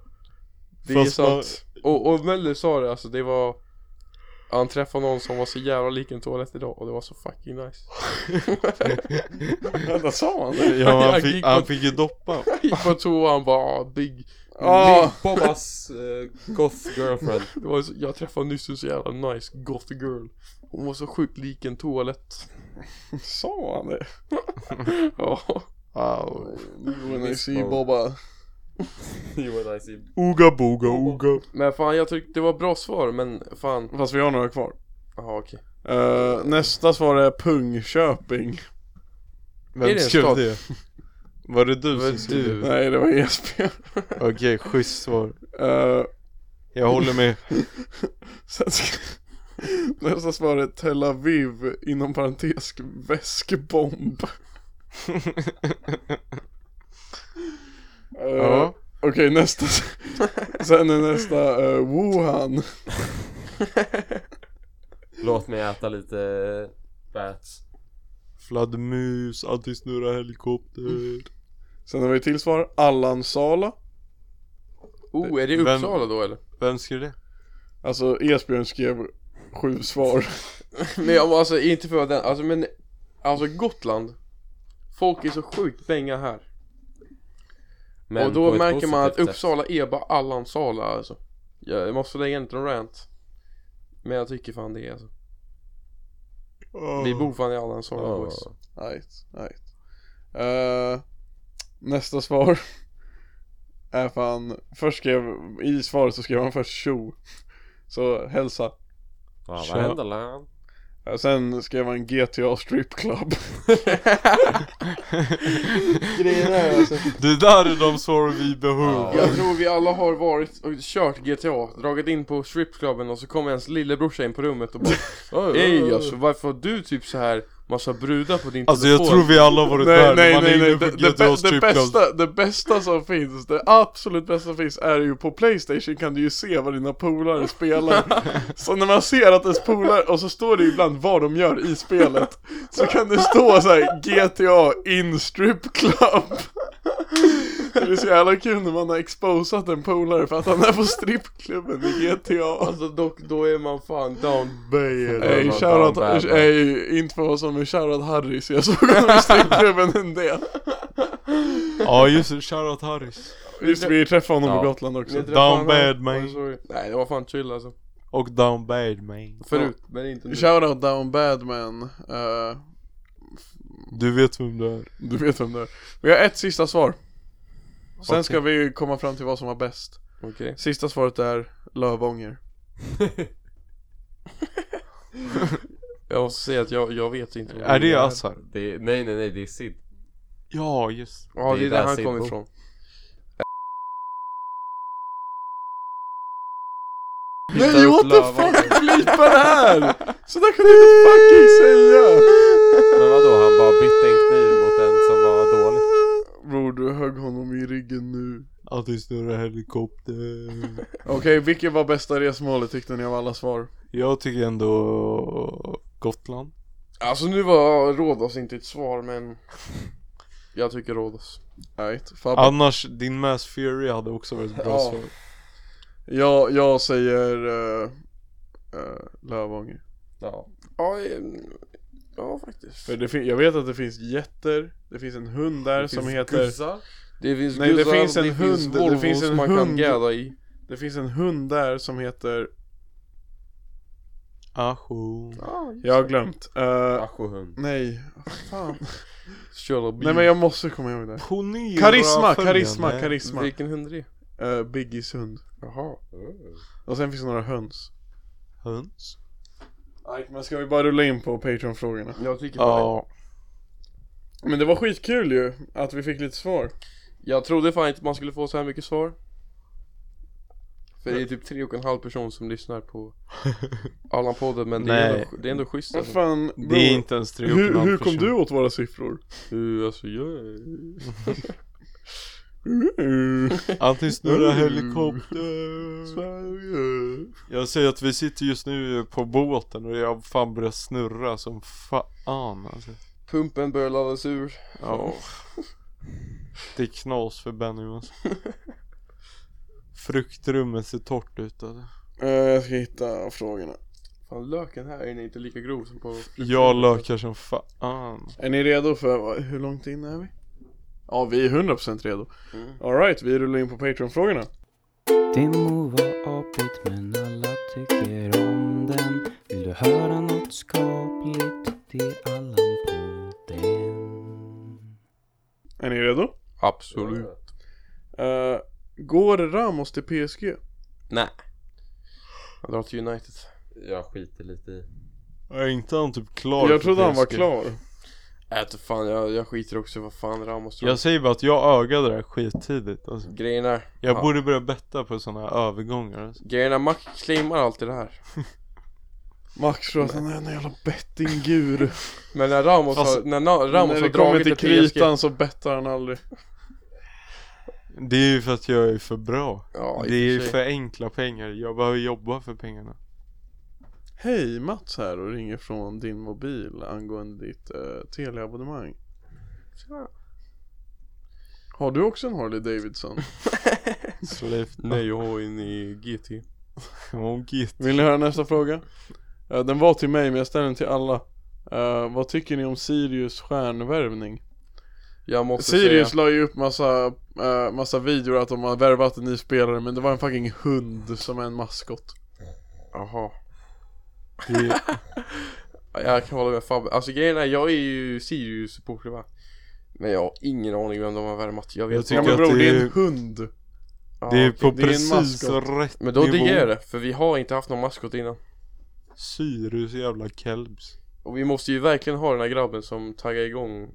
Speaker 4: Det
Speaker 2: Fast
Speaker 4: är
Speaker 2: man-
Speaker 4: sant. Och, och Möller sa det, alltså det var... Han träffade någon som var så jävla lik en toalett idag och det var så fucking nice.
Speaker 1: Vänta, sa han det?
Speaker 2: ja han,
Speaker 4: Jag
Speaker 2: fick,
Speaker 4: gick på-
Speaker 2: han fick ju doppa.
Speaker 4: Gick på toa han bara ah, big
Speaker 1: Ja!
Speaker 3: Bobbas eh, goth girlfriend.
Speaker 4: Det var så, jag träffade nyss en så jävla nice goth girl Hon var så sjukt lik en toalett
Speaker 1: Sa han det?
Speaker 4: Ja
Speaker 2: Wow.
Speaker 1: When I see Bobba.
Speaker 3: you and I see.
Speaker 2: Oga boga oga.
Speaker 4: Men fan jag tyckte det var bra svar men fan
Speaker 1: Fast vi har några kvar.
Speaker 4: Jaha okej
Speaker 1: Eh, nästa svar är Pungköping.
Speaker 4: Är
Speaker 2: Vem
Speaker 4: det en
Speaker 2: skrev
Speaker 4: stad?
Speaker 2: det? Var det du som skrev det?
Speaker 4: du
Speaker 1: Nej, det var Esbjörn.
Speaker 2: Okej, schysst svar.
Speaker 1: Eh,
Speaker 2: Jag håller med.
Speaker 1: sen ska... Nästa svar är Tel Aviv, inom parentes, väskbomb. Eh,
Speaker 2: Ja.
Speaker 1: Okej, nästa. Sen är nästa eh, Wuhan.
Speaker 3: Låt mig äta lite eh, bats.
Speaker 2: Fladdermus, alltid snurrar helikopter.
Speaker 1: Sen har vi ett till svar, Allansala.
Speaker 4: Oh är det
Speaker 2: Vem-
Speaker 4: Uppsala då eller?
Speaker 2: Vem skrev det?
Speaker 1: Alltså Esbjörn skrev sju svar.
Speaker 4: Nej jag var alltså inte för den, alltså men Alltså Gotland Folk är så sjukt bänga här
Speaker 3: Men
Speaker 4: Och
Speaker 3: på
Speaker 4: då
Speaker 3: ett
Speaker 4: märker man att
Speaker 3: positivt sätt.
Speaker 4: Uppsala är bara Allansala alltså Jag måste lägga inte någon rant Men jag tycker fan det är alltså Vi bor fan i Allansala
Speaker 3: Ja.
Speaker 4: boys
Speaker 1: Right, right. Eh, nästa svar är fan, först skrev, i svaret så skrev han först tjo. Så hälsa.
Speaker 3: Ja,
Speaker 2: Tja.
Speaker 3: vad händer lan?
Speaker 1: Eh, Sen skrev han GTA Strip Club.
Speaker 4: Grejen är alltså
Speaker 2: Det där är de svar vi behöver.
Speaker 4: Jag tror vi alla har varit och kört GTA, dragit in på stripklubben och så kommer ens lillebrorsa in på rummet och bara Ej alltså varför har du typ så här massa brudar på din
Speaker 2: Alltså jag
Speaker 4: telefon?
Speaker 2: tror vi alla har varit där. Man är inne på
Speaker 1: Det, det,
Speaker 2: GTA
Speaker 1: bä- det,
Speaker 2: stripclub.
Speaker 1: bästa, det bästa som finns, det absolut bästa som finns är ju på Playstation kan du ju se vad dina polare spelar. Så när man ser att ens polare, och så står det ju ibland vad de gör i spelet. Så kan det stå så här GTA in strip club. Det är så jävla kul när man har exposat en polare för att han är på strippklubben i GTA.
Speaker 4: Alltså dock, då är man fan down bad
Speaker 1: Ey,
Speaker 4: alltså.
Speaker 1: shoutout, ey, inte för vad som är shoutout Harry så jag såg honom i strippklubben en del.
Speaker 2: Ja just det, shoutout Harris.
Speaker 1: Just det, vi träffade honom på
Speaker 3: Ja.
Speaker 1: Gotland också.
Speaker 4: Ni träffade
Speaker 2: Down
Speaker 4: honom?
Speaker 2: bad, man.
Speaker 4: Oj, sorry. Nej det var fan chill alltså
Speaker 2: Och down bad man.
Speaker 4: Förut, men inte nu
Speaker 1: Shoutout down bad man. Eh,
Speaker 2: Du vet vem du är.
Speaker 1: du vet vem det är. Vi har ett sista svar. Sen
Speaker 2: Okej.
Speaker 1: ska vi ju komma fram till vad som var bäst.
Speaker 4: Okej
Speaker 1: Sista svaret är Lövånger.
Speaker 4: Jag måste säga att jag, jag vet inte vad
Speaker 2: Är det Assar?
Speaker 3: Det är, nej, nej, nej, det är Sid.
Speaker 2: Ja just
Speaker 4: Ja
Speaker 3: Det
Speaker 4: det
Speaker 3: är
Speaker 4: är
Speaker 3: där
Speaker 4: där han
Speaker 3: Sid
Speaker 4: kommer
Speaker 3: bor.
Speaker 4: ifrån
Speaker 1: Nej
Speaker 3: ut
Speaker 1: what the
Speaker 3: Lövånger.
Speaker 1: fuck, blipa det här! Så där kan du inte fucking säga!
Speaker 3: Men vadå, han bara bytte en kniv mot en som var dålig.
Speaker 1: Bror du högg honom i ryggen nu.
Speaker 2: Alltid snurrar helikopter.
Speaker 1: Okej, vilket var bästa resmålet tyckte ni av alla svar?
Speaker 2: Jag tycker ändå Gotland.
Speaker 4: Alltså nu var råd oss inte ett svar men Jag tycker Rhodos. Right. Fabbe.
Speaker 2: Annars, din Mass Fury hade också varit bra
Speaker 1: Ja.
Speaker 2: svar.
Speaker 1: Jag, jag säger uh, Lövånger.
Speaker 3: Ja.
Speaker 4: Ja, eh, ja faktiskt.
Speaker 1: För det fin- jag vet att det finns jätter, det finns en hund där som heter...
Speaker 3: Gussa?
Speaker 4: Det finns
Speaker 1: Nej, det
Speaker 4: gussar,
Speaker 1: finns en hund, det
Speaker 4: Volvos
Speaker 1: finns en
Speaker 4: man kan
Speaker 1: hund.
Speaker 4: gädda i.
Speaker 1: Det finns en hund där som heter...
Speaker 2: Ajo.
Speaker 1: Jag har glömt. Eh,
Speaker 3: Aschohund.
Speaker 1: nej, fan.
Speaker 4: Köra bil.
Speaker 1: Nej men jag måste komma ihåg det.
Speaker 2: Ponera
Speaker 1: Karisma,
Speaker 2: följande.
Speaker 1: karisma, karisma.
Speaker 4: Vilken hund är det?
Speaker 1: Eh, Biggies hund.
Speaker 4: Jaha.
Speaker 1: Och sen finns det några höns.
Speaker 2: Höns.
Speaker 1: Nej, men ska vi bara rulla in på Patreon-frågorna?
Speaker 4: Jag tycker fan,
Speaker 2: Ja.
Speaker 1: Men det var skitkul ju, att vi fick lite svar.
Speaker 4: Jag trodde fan inte man skulle få så här mycket svar. För det är typ tre och en halv person som lyssnar på Allan-podden men det är,
Speaker 2: Nej.
Speaker 4: ändå, det är ändå schysst
Speaker 1: Vad
Speaker 4: alltså.
Speaker 1: fan,
Speaker 2: Det
Speaker 1: bro,
Speaker 2: är inte ens tre och en
Speaker 1: hur,
Speaker 2: halv
Speaker 1: hur kom
Speaker 2: person.
Speaker 1: du åt våra siffror?
Speaker 4: Uh, alltså jag är...
Speaker 2: Antingen snurra helikopter. Jag säger att vi sitter just nu på båten och jag fan börjar snurra som fan alltså.
Speaker 4: Pumpen börjar laddas ur.
Speaker 2: Ja. Det är knas för Benny alltså. Fruktrummet ser torrt ut alltså.
Speaker 1: Eh, jag ska hitta frågorna.
Speaker 4: Fan löken här är inte lika grov som på...
Speaker 2: Jag lökar som fan.
Speaker 1: Är ni redo för, hur långt in är vi? Ja, vi är 100% redo. Alright, vi rullar in på Patreon-frågorna.
Speaker 8: Det må vara apigt men alla tycker om den Vill du höra något skapligt? Det är Allan på den
Speaker 1: Är ni redo?
Speaker 4: Absolut.
Speaker 1: Eh, går Ramos till PSG?
Speaker 4: Nej. Jag drar till United.
Speaker 3: Jag skiter lite i.
Speaker 2: Är inte han typ klar
Speaker 1: jag
Speaker 2: för
Speaker 1: trodde han var
Speaker 2: PSG?
Speaker 1: klar.
Speaker 4: Äh, inte fan jag, jag skiter också i vad fan Ramos tror.
Speaker 2: Jag säger bara att jag ögade det här skittidigt alltså.
Speaker 4: Grejen är...
Speaker 2: Jag
Speaker 4: Ja.
Speaker 2: borde börja betta på sådana övergångar alltså.
Speaker 4: Grejen är Mac claimar alltid det här.
Speaker 1: Max tror att han är en jävla bettinggur.
Speaker 4: Men när Ramos
Speaker 2: Fast-
Speaker 4: har, när Na- Ramos
Speaker 1: När
Speaker 4: har
Speaker 1: det kommer
Speaker 4: dragit
Speaker 1: till kritan så bettar han aldrig.
Speaker 2: Det är ju för att jag är för bra.
Speaker 4: Ja, i
Speaker 2: det är
Speaker 4: och
Speaker 2: ju
Speaker 4: för sig.
Speaker 2: för enkla pengar. Jag behöver jobba för pengarna.
Speaker 1: Hej, Mats här och ringer från din mobil angående ditt uh, teleabonnemang. Har du också en Harley Davidson?
Speaker 2: Släpp
Speaker 4: Nej jag har en i GT.
Speaker 2: Hon git.
Speaker 1: Vill ni höra nästa fråga? Eh, den var till mig men jag ställer den till alla. Eh, vad tycker ni om Sirius stjärnvärvning?
Speaker 4: Jag måste
Speaker 1: Sirius
Speaker 4: säga...
Speaker 1: la ju upp massa, eh, massa videor att de har värvat en ny spelare men det var en fucking hund som en maskot.
Speaker 4: Jaha.
Speaker 2: Det,
Speaker 4: Ja, Jag kan hålla med Fabbe. Alltså grejen är, jag är ju Sirius-supporter va. Men jag har ingen aning vem de har värmat. Jag vet
Speaker 2: Jag
Speaker 1: Ja
Speaker 2: tycker
Speaker 1: men
Speaker 2: att
Speaker 1: bror
Speaker 2: det
Speaker 1: det är
Speaker 2: är-
Speaker 1: en hund.
Speaker 4: Ja,
Speaker 2: det är
Speaker 4: okej.
Speaker 2: på
Speaker 1: det är en
Speaker 2: precis
Speaker 1: maskot.
Speaker 2: rätt
Speaker 4: Men då
Speaker 2: nivå.
Speaker 4: diggar jag det, för vi har inte haft någon maskot innan.
Speaker 2: Sirius jävla kelbs.
Speaker 4: Och vi måste ju verkligen ha den här grabben som taggar igång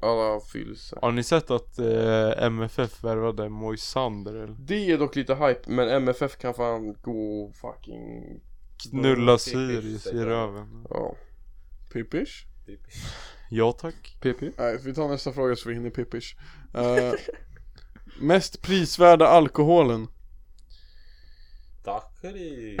Speaker 4: alla fyllelser.
Speaker 2: Har ni sett att eh, MFF värvade Moisander eller?
Speaker 4: Det är dock lite hype, men MFF kan fan gå fucking...
Speaker 2: Knulla
Speaker 3: Mm.
Speaker 2: Sirius i röven.
Speaker 4: Ja.
Speaker 1: Pippish?
Speaker 2: Ja tack.
Speaker 4: PP?
Speaker 1: Nej, vi tar nästa fråga så vi hinner pippish. Eh, mest prisvärda alkoholen?
Speaker 3: Daiquiri.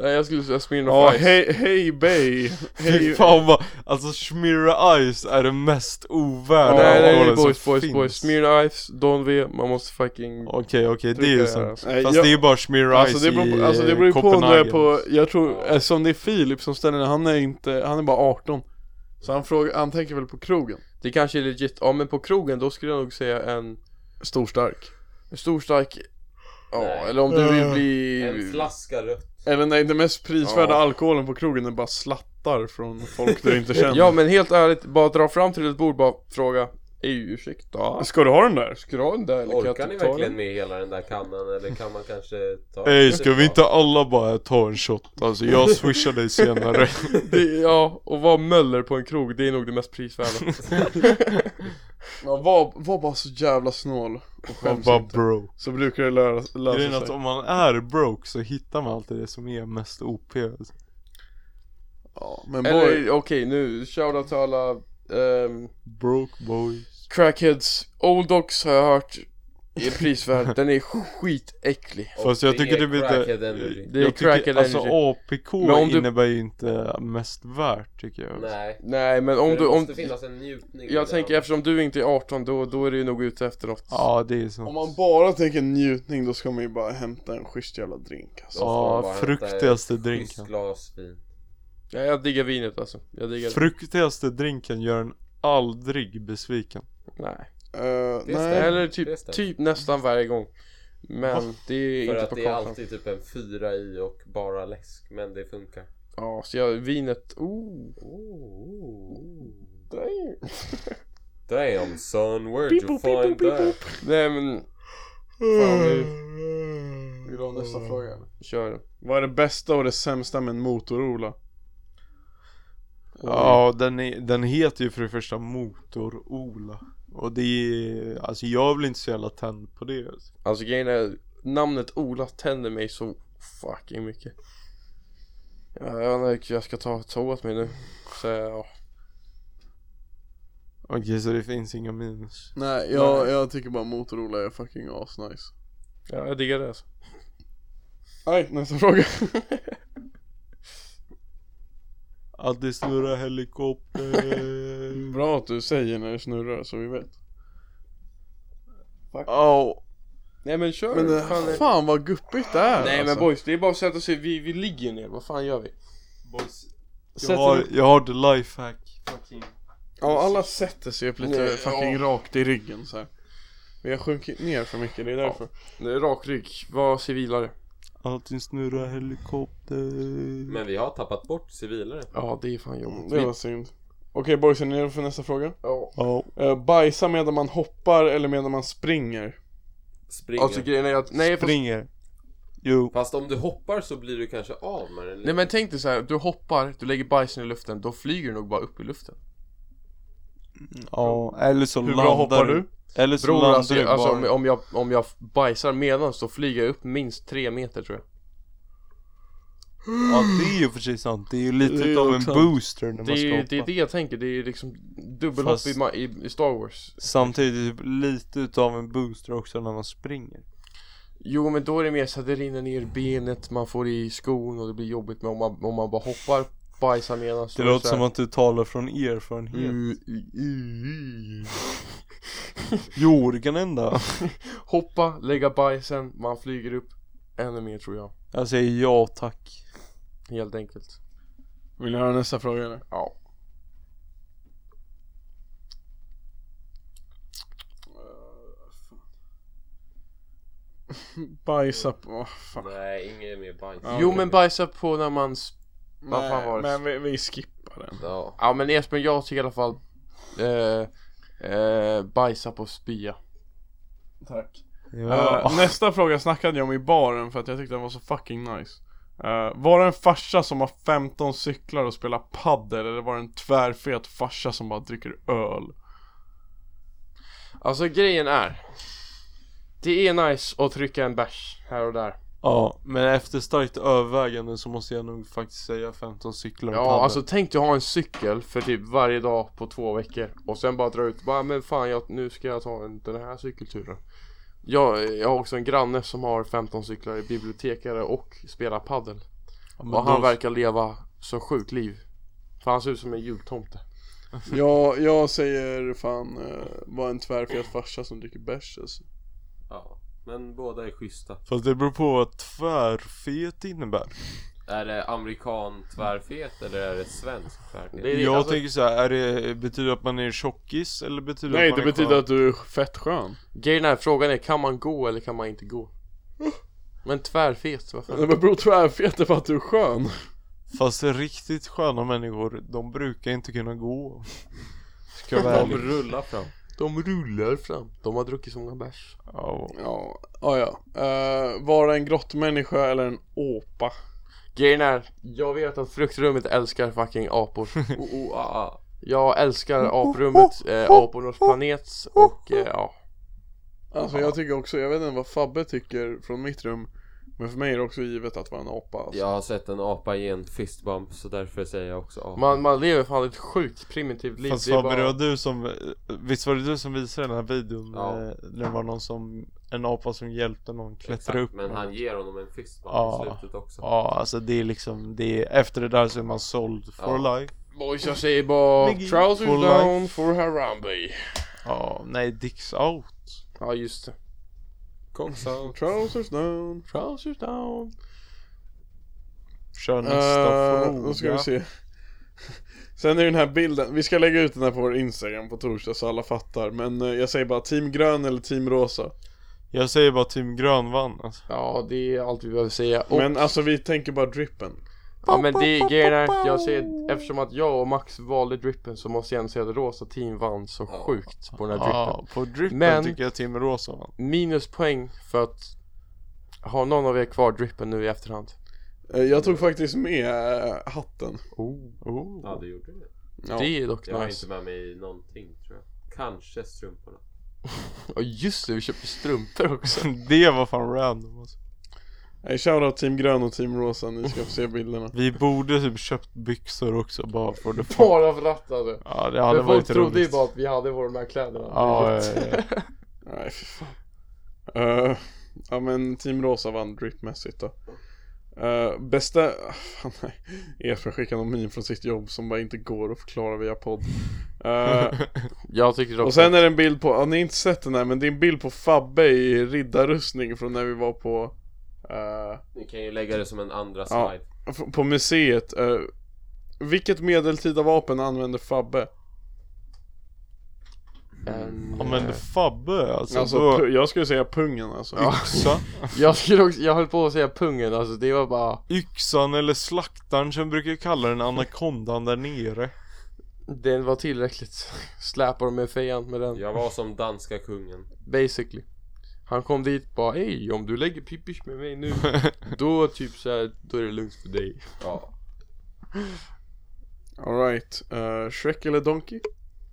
Speaker 4: Nej jag skulle säga Smirnoff
Speaker 1: Ja,
Speaker 4: Ice.
Speaker 1: hej, hej Bay!
Speaker 2: Fy
Speaker 1: Hej,
Speaker 2: fan vad, alltså Schmirra Ice är det mest ovärda
Speaker 4: Nej nej nej
Speaker 2: alkoholen som
Speaker 4: boys boys
Speaker 2: finns.
Speaker 4: boys, Smirnoff Ice, Don V, man måste fucking...
Speaker 2: Okej okej det är
Speaker 4: Dricka
Speaker 2: ju
Speaker 4: det här,
Speaker 2: sant.
Speaker 4: alltså.
Speaker 1: Nej,
Speaker 2: Fast
Speaker 1: jag-
Speaker 2: det är ju bara Schmirra Ice
Speaker 1: Alltså det beror
Speaker 2: i eh,
Speaker 1: på, alltså det beror ju på om du är
Speaker 2: Copenhagen.
Speaker 1: på, jag tror, eftersom det är Filip som ställer den, han är inte, han är bara 18 Så han frågar, han tänker väl på krogen?
Speaker 4: Det kanske är legit, ja men på krogen då skulle jag nog säga en
Speaker 1: Stor stark
Speaker 4: stor stark Ja,
Speaker 3: Nej.
Speaker 4: eller om du vill
Speaker 3: En
Speaker 4: bli...
Speaker 3: flaska rött.
Speaker 1: Eller nej, den mest prisvärda
Speaker 4: Ja.
Speaker 1: alkoholen på krogen är bara slattar från folk du inte känner
Speaker 4: Ja men helt ärligt, bara dra fram till ett bord bara fråga Ej ursäkta,
Speaker 1: Ska du ha den där?
Speaker 4: ska du ha den där eller kan
Speaker 3: Orkar
Speaker 4: jag
Speaker 3: ni
Speaker 4: typ ta
Speaker 3: verkligen
Speaker 4: den?
Speaker 3: med hela den där kannan eller kan man kanske ta...
Speaker 2: Ey ska vi inte alla bara ta en shot? Alltså jag swishar dig senare.
Speaker 4: Det, ja, och vara möller på en krog, det är nog det mest prisvärda
Speaker 1: Ja, var, var bara så jävla snål och
Speaker 2: Jag
Speaker 1: skäms
Speaker 2: bara
Speaker 1: inte
Speaker 2: bro.
Speaker 1: Så brukar det lösa,
Speaker 2: Grejen är
Speaker 1: lösa
Speaker 2: att
Speaker 1: sig
Speaker 2: om man är broke så hittar man alltid det som är mest OP. alltså.
Speaker 1: ja, Men boy,
Speaker 4: Eller okej nu, shoutout till alla ehm,
Speaker 2: Broke boys.
Speaker 4: Crackheads, Old Dogs har jag hört är prisvärd, den är skitäcklig
Speaker 2: Fast jag tycker det blir inte-
Speaker 3: lite...
Speaker 4: Det är
Speaker 2: jag tycker,
Speaker 4: crackad
Speaker 2: alltså
Speaker 4: energy
Speaker 2: APK
Speaker 4: Men om du-
Speaker 2: innebär ju inte mest värt tycker jag
Speaker 3: Nej.
Speaker 4: Nej men om
Speaker 3: Om
Speaker 4: du,
Speaker 3: det
Speaker 4: om,
Speaker 3: måste finnas en njutning. i
Speaker 4: jag
Speaker 3: det.
Speaker 4: tänker eftersom du inte är 18 då, då är du nog ute efter något
Speaker 2: Ja det är så
Speaker 1: Om man bara tänker njutning då ska man ju bara hämta en schysst jävla drink alltså.
Speaker 3: Då ska man bara
Speaker 2: Ja,
Speaker 3: hämta
Speaker 2: fruktigaste
Speaker 3: ett schysst
Speaker 2: drinken
Speaker 3: glas vin.
Speaker 4: ja, Jag diggar vinet alltså, jag diggar
Speaker 2: Fruktigaste drinken gör en aldrig besviken
Speaker 4: Nej,
Speaker 1: Eh, nej,
Speaker 3: stämmer.
Speaker 4: eller
Speaker 3: det
Speaker 4: typ,
Speaker 3: stämmer.
Speaker 4: typ nästan varje gång Men det är
Speaker 3: För
Speaker 4: inte
Speaker 3: att
Speaker 4: på
Speaker 3: det är
Speaker 4: kartan
Speaker 3: alltid typ en fyra i och bara läsk. Men det funkar.
Speaker 4: Ja, så jag, vinet, oh
Speaker 3: Damn son, where'd you find that?
Speaker 4: Nej men,
Speaker 1: fan, nu. Vill du ha nästa fråga eller?
Speaker 4: kör den
Speaker 1: Vad är det bästa och det sämsta med en motorola?
Speaker 2: Ja, den, är, den heter ju för det första Motor-Ola. Och det är, alltså jag blir inte så jävla tänd på det. Alltså.
Speaker 4: Alltså grejen är, namnet Ola tänder mig så fucking mycket Ja, Jag vet inte hur jag ska ta, ta åt mig nu Så ja,
Speaker 2: Okej, så det finns inga minus.
Speaker 1: Nej jag, jag tycker bara motorola är fucking asnice
Speaker 4: ja jag diggar det alltså
Speaker 1: Nej, nästa fråga
Speaker 2: Att det snurrar helikopter.
Speaker 1: Bra att du säger när det snurrar så vi vet
Speaker 2: Ja,
Speaker 4: Nej men kör!
Speaker 1: Men eh,
Speaker 4: fan,
Speaker 1: fan,
Speaker 4: är-
Speaker 1: vad guppigt det är
Speaker 4: Nej
Speaker 1: alltså.
Speaker 4: men boys, det är bara att sätta sig, vi, vi ligger ner, vad fan gör vi?
Speaker 2: boys. Jag
Speaker 4: Sätter
Speaker 2: har,
Speaker 4: du-
Speaker 2: jag har the lifehack.
Speaker 1: Ja alla sätter sig upp lite
Speaker 4: Nej,
Speaker 1: fucking
Speaker 4: ja.
Speaker 1: rakt i ryggen så här. Vi har sjunkit ner för mycket, det är därför
Speaker 4: Det är rak rygg, var civilare
Speaker 2: Allting snurrar helikopter.
Speaker 3: Men vi har tappat bort civilare.
Speaker 4: Ja det är fan jobbigt
Speaker 1: Det var synd Okej boys, är ni redo för nästa fråga?
Speaker 4: ja.
Speaker 2: Ja,
Speaker 1: Uh, bajsa medan man hoppar eller medan man springer?
Speaker 3: Springer.
Speaker 4: Alltså grejen är att, nej fast,
Speaker 2: springer. Jo.
Speaker 3: Fast om du hoppar så blir du kanske av med den.
Speaker 4: nej men tänk dig så här, du hoppar, du lägger bajsen i luften, då flyger du nog bara upp i luften
Speaker 2: Ja, eller så
Speaker 1: Hur
Speaker 2: landar
Speaker 1: bra hoppar du?
Speaker 2: Eller så
Speaker 4: Bror
Speaker 2: landar
Speaker 4: alltså,
Speaker 2: du
Speaker 4: jag,
Speaker 2: bara.
Speaker 4: alltså om, om, jag, om jag bajsar medans så flyger jag upp minst tre meter tror jag
Speaker 2: Ja, det är ju för sig sant. Det är ju
Speaker 1: Det är
Speaker 2: lite
Speaker 1: ju
Speaker 2: av en
Speaker 1: också-
Speaker 2: booster när man
Speaker 4: Det är, ju-
Speaker 2: ska
Speaker 4: det är
Speaker 2: hoppa.
Speaker 4: det jag tänker, det är liksom dubbelhopp
Speaker 2: Fast-
Speaker 4: i, ma- i, i Star Wars
Speaker 2: Samtidigt typ lite utav en booster också när man springer
Speaker 4: Jo men då är det mer så att det rinner ner i benet, man får i skon och det blir jobbigt men om man, om man bara hoppar, bajsar medans
Speaker 2: Det låter som att du talar från erfarenhet Mm. Jorgen ända
Speaker 4: Hoppa, lägga bajsen, man flyger upp ännu mer tror jag
Speaker 2: Jag säger ja tack
Speaker 4: Helt enkelt
Speaker 1: Vill ni höra nästa fråga eller?
Speaker 4: Ja
Speaker 1: Bajsa på... åh, fan.
Speaker 3: Nej, inget mer bajs.
Speaker 1: Ja,
Speaker 4: Jo
Speaker 1: okej.
Speaker 4: men bajsa på när man... s- Vad
Speaker 1: Nej,
Speaker 4: fan var det?
Speaker 1: Men vi, vi skippar den
Speaker 3: Ja.
Speaker 4: Ja men Esbjörn jag tycker i alla fall eh, eh, Bajsa på spya
Speaker 1: Tack
Speaker 2: ja.
Speaker 1: Eh, Nästa fråga snackade jag om i baren för att jag tyckte den var så fucking nice Eh, Var det en farsa som har 15 cyklar och spelar padel eller var det en tvärfet farsa som bara dricker öl?
Speaker 4: Alltså grejen är Det är nice att trycka en bärs här och där
Speaker 2: ja men efter starkt övervägande så måste jag nog faktiskt säga 15 cyklar och
Speaker 4: Ja
Speaker 2: paddel.
Speaker 4: alltså tänk dig att ha en cykel för typ varje dag på två veckor Och sen bara dra ut, bara men fan jag, nu ska jag ta en, den här cykelturen jag, jag har också en granne som har 15 cyklar, är bibliotekare och spelar paddel
Speaker 2: Ja, men
Speaker 4: Och han
Speaker 2: då-
Speaker 4: verkar leva så sjukt liv För han ser ut som en jultomte
Speaker 1: Jag, jag säger fan, eh, var en tvärfet farsa som dricker bärs alltså.
Speaker 3: ja. Men båda är schyssta.
Speaker 2: Fast det beror på vad tvärfet innebär
Speaker 3: Är det amerikan tvärfet eller är det svensk tvärfet?
Speaker 4: Det är-
Speaker 2: Jag
Speaker 4: alltså-
Speaker 2: tänker så här, är det, betyder det att man är tjockis eller betyder
Speaker 1: Nej
Speaker 2: att man
Speaker 1: det
Speaker 2: är
Speaker 1: betyder
Speaker 2: skön?
Speaker 1: att du är fett skön
Speaker 4: Grejen är, frågan är kan man gå eller kan man inte gå? Men tvärfet, vad fan?
Speaker 1: Nej men bror tvärfet är för att du är skön
Speaker 2: Fast riktigt sköna människor, de brukar inte kunna gå Ska jag vara
Speaker 4: De
Speaker 2: ärlig.
Speaker 3: rullar fram.
Speaker 4: De rullar fram, de har druckit så många bärs
Speaker 2: Ja,
Speaker 1: Ja, ah, ja. Uh, var det en grottmänniska eller en åpa?
Speaker 4: Grejen är, jag vet att fruktrummet älskar fucking apor
Speaker 3: Oh, oh, ah, ah.
Speaker 4: Jag
Speaker 2: Oh,
Speaker 4: älskar aprummet, eh, apornas planet och eh, ja
Speaker 1: Alltså jag tycker också, jag vet inte vad Fabbe tycker från mitt rum Men för mig är det också givet att vara en apa alltså.
Speaker 3: Jag har sett en apa ge en fistbump så därför säger jag också apa.
Speaker 4: Man, man lever fan ett sjukt primitivt liv
Speaker 2: Fast
Speaker 4: det är
Speaker 2: Fabbe, det var
Speaker 4: bara...
Speaker 2: du som, visst var det du som visade den här videon?
Speaker 3: Ja.
Speaker 2: eh, När det var någon som en apa som hjälpte någon klättra
Speaker 3: Exakt,
Speaker 2: upp.
Speaker 3: men
Speaker 2: någon.
Speaker 3: han ger honom en fist bump i
Speaker 2: Ja.
Speaker 3: slutet också.
Speaker 2: Ja, alltså det är liksom, det är, efter det där så är man såld for
Speaker 3: Ja.
Speaker 2: life.
Speaker 4: Boys jag säger bara
Speaker 2: Miggy.
Speaker 4: trousers
Speaker 2: For life.
Speaker 4: down for Harambe
Speaker 2: Ja, nej, dicks out.
Speaker 4: Ja just det
Speaker 3: Cocks out.
Speaker 1: Trousers down.
Speaker 4: Trousers down
Speaker 2: Kör nästa
Speaker 1: Eh,
Speaker 2: fråga.
Speaker 1: Då ska vi se. Sen är den här bilden, vi ska lägga ut den här på vår Instagram på torsdag så alla fattar. Men eh, jag säger bara team grön eller team rosa.
Speaker 2: Jag säger bara team grön vann alltså.
Speaker 4: Ja det är allt vi behöver säga och,
Speaker 1: Men alltså vi tänker bara drippen.
Speaker 4: Ja men det är grejen är att jag säger Eftersom att jag och Max valde drippen så måste jag ändå säga att rosa team vann så sjukt på den här drippen
Speaker 2: Ja, på drippen
Speaker 4: Men-
Speaker 2: tycker jag team rosa vann.
Speaker 4: Minuspoäng för att Har någon av er kvar drippen nu i efterhand?
Speaker 1: Eh, Jag tog faktiskt med eh, hatten.
Speaker 2: Oh.
Speaker 3: Ja, det gjorde det.
Speaker 1: Ja.
Speaker 4: Det är dock
Speaker 3: Jag har
Speaker 4: nice
Speaker 3: inte med mig någonting tror jag. Kanske strumporna.
Speaker 4: Ja just det, vi köpte strumpor också
Speaker 2: Det var fan random alltså.
Speaker 1: Nej, Eh, Shoutout team grön och team rosa, ni ska få se bilderna.
Speaker 2: Vi borde typ köpt byxor också bara för the fun.
Speaker 4: Bara för att alltså
Speaker 2: Ja, det hade
Speaker 4: Men folk
Speaker 2: varit
Speaker 4: trodde ju
Speaker 2: roligt.
Speaker 4: bara att vi hade våra de här kläderna
Speaker 2: Ja, ja, ja, ja.
Speaker 1: Nej fy fan. Eh, ja men team rosa vann dripmässigt då. Uh, bästa, ah, fan nej. Esbjörn skickade någon meme från sitt jobb som bara inte går att förklara via podd. Eh,
Speaker 4: Jag tyckte dock
Speaker 1: Och sen är det en bild på, ja, ni har inte sett den här men det är en bild på Fabbe i riddarrustning från när vi var på eh,
Speaker 3: Ni kan ju lägga det som en andra
Speaker 1: Ja.
Speaker 3: slide.
Speaker 1: f- På museet eh, Vilket medeltida vapen använde Fabbe?
Speaker 4: en,
Speaker 2: Ja men
Speaker 4: eh,
Speaker 2: Fabbe alltså,
Speaker 1: Alltså
Speaker 2: då,
Speaker 1: pu- jag skulle säga pungen alltså
Speaker 2: yxa,
Speaker 4: Jag skulle också, jag höll på att säga pungen alltså det var bara
Speaker 2: yxan eller slaktaren som brukar kalla den anakondan där nere
Speaker 4: Den var tillräckligt Släpa dem med fejan med den
Speaker 3: Jag var som danska kungen.
Speaker 4: Basically Han kom dit bara Ey om du lägger pippish med mig nu Då typ såhär, då är det lugnt för dig
Speaker 3: Ja.
Speaker 1: Alright, uh, Shrek eller Donkey?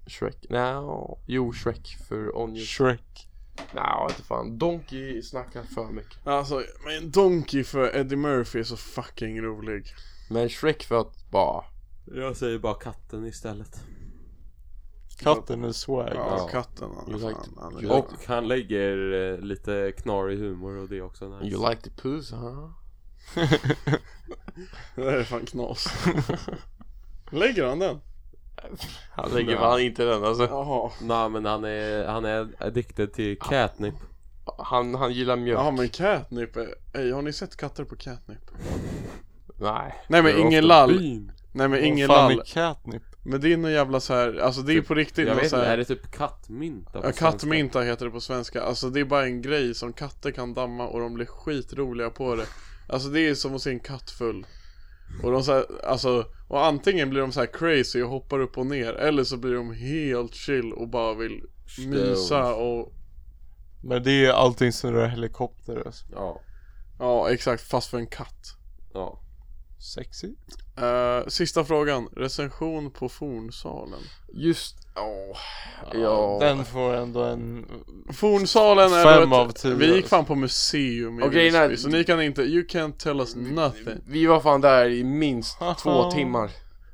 Speaker 4: Shrek, no. Jo Shrek för Onion
Speaker 2: Shrek
Speaker 4: Nej no, inte fan, Donkey snackar för mycket
Speaker 1: Alltså, men Donkey för Eddie Murphy är så fucking rolig
Speaker 4: Men Shrek för att bara
Speaker 3: Jag säger bara katten istället.
Speaker 2: Katten är swag
Speaker 1: Ja,
Speaker 3: Ja.
Speaker 1: katten han,
Speaker 4: You
Speaker 1: fan,
Speaker 4: like-
Speaker 1: han
Speaker 4: you
Speaker 1: är...
Speaker 4: like-
Speaker 1: Och,
Speaker 3: Och han lägger eh, lite knarig humor och det är också nice.
Speaker 4: You like the puss huh?
Speaker 1: det där är fan knas Lägger han den?
Speaker 4: Han lägger fan inte den alltså
Speaker 1: Jaha
Speaker 3: Nej men han är, han är addicted till catnip.
Speaker 4: Han, han gillar mjölk
Speaker 1: Ja men Catnip, är- ey, har ni sett katter på Catnip?
Speaker 4: Nej
Speaker 1: Nej men
Speaker 4: Det är
Speaker 1: ingen
Speaker 4: ofta
Speaker 1: lall,
Speaker 2: Bin.
Speaker 1: nej men ingen
Speaker 2: Vad fan
Speaker 1: lall
Speaker 2: är catnip?
Speaker 1: Men det är någon jävla så här, alltså det är på riktigt
Speaker 3: Jag
Speaker 1: någon
Speaker 3: vet
Speaker 1: så
Speaker 3: inte, är
Speaker 1: här,
Speaker 3: det typ kattmynta på
Speaker 1: ja,
Speaker 3: svenska?
Speaker 1: Kattmynta heter det på svenska, alltså det är bara en grej som katter kan damma och de blir skitroliga på det Alltså det är som att se en katt full Och de så här, alltså, och antingen blir de så här crazy och hoppar upp och ner Eller så blir de helt chill och bara vill mysa och
Speaker 2: Men det är allting som rör helikopter alltså.
Speaker 3: Ja.
Speaker 1: Ja exakt, fast för en katt
Speaker 3: Ja.
Speaker 2: Sexy
Speaker 1: Eh, Sista frågan, recension på Fornsalen
Speaker 4: Just, åh Ja
Speaker 2: Den får ändå en
Speaker 1: Fornsalen är
Speaker 2: Fem
Speaker 1: då ett-
Speaker 2: av tio,
Speaker 1: Vi gick
Speaker 2: alltså.
Speaker 1: fan på museum i
Speaker 4: Okej,
Speaker 1: Visby,
Speaker 4: nej.
Speaker 1: så ni kan inte, you can't tell us nothing
Speaker 4: Vi var fan där i minst två timmar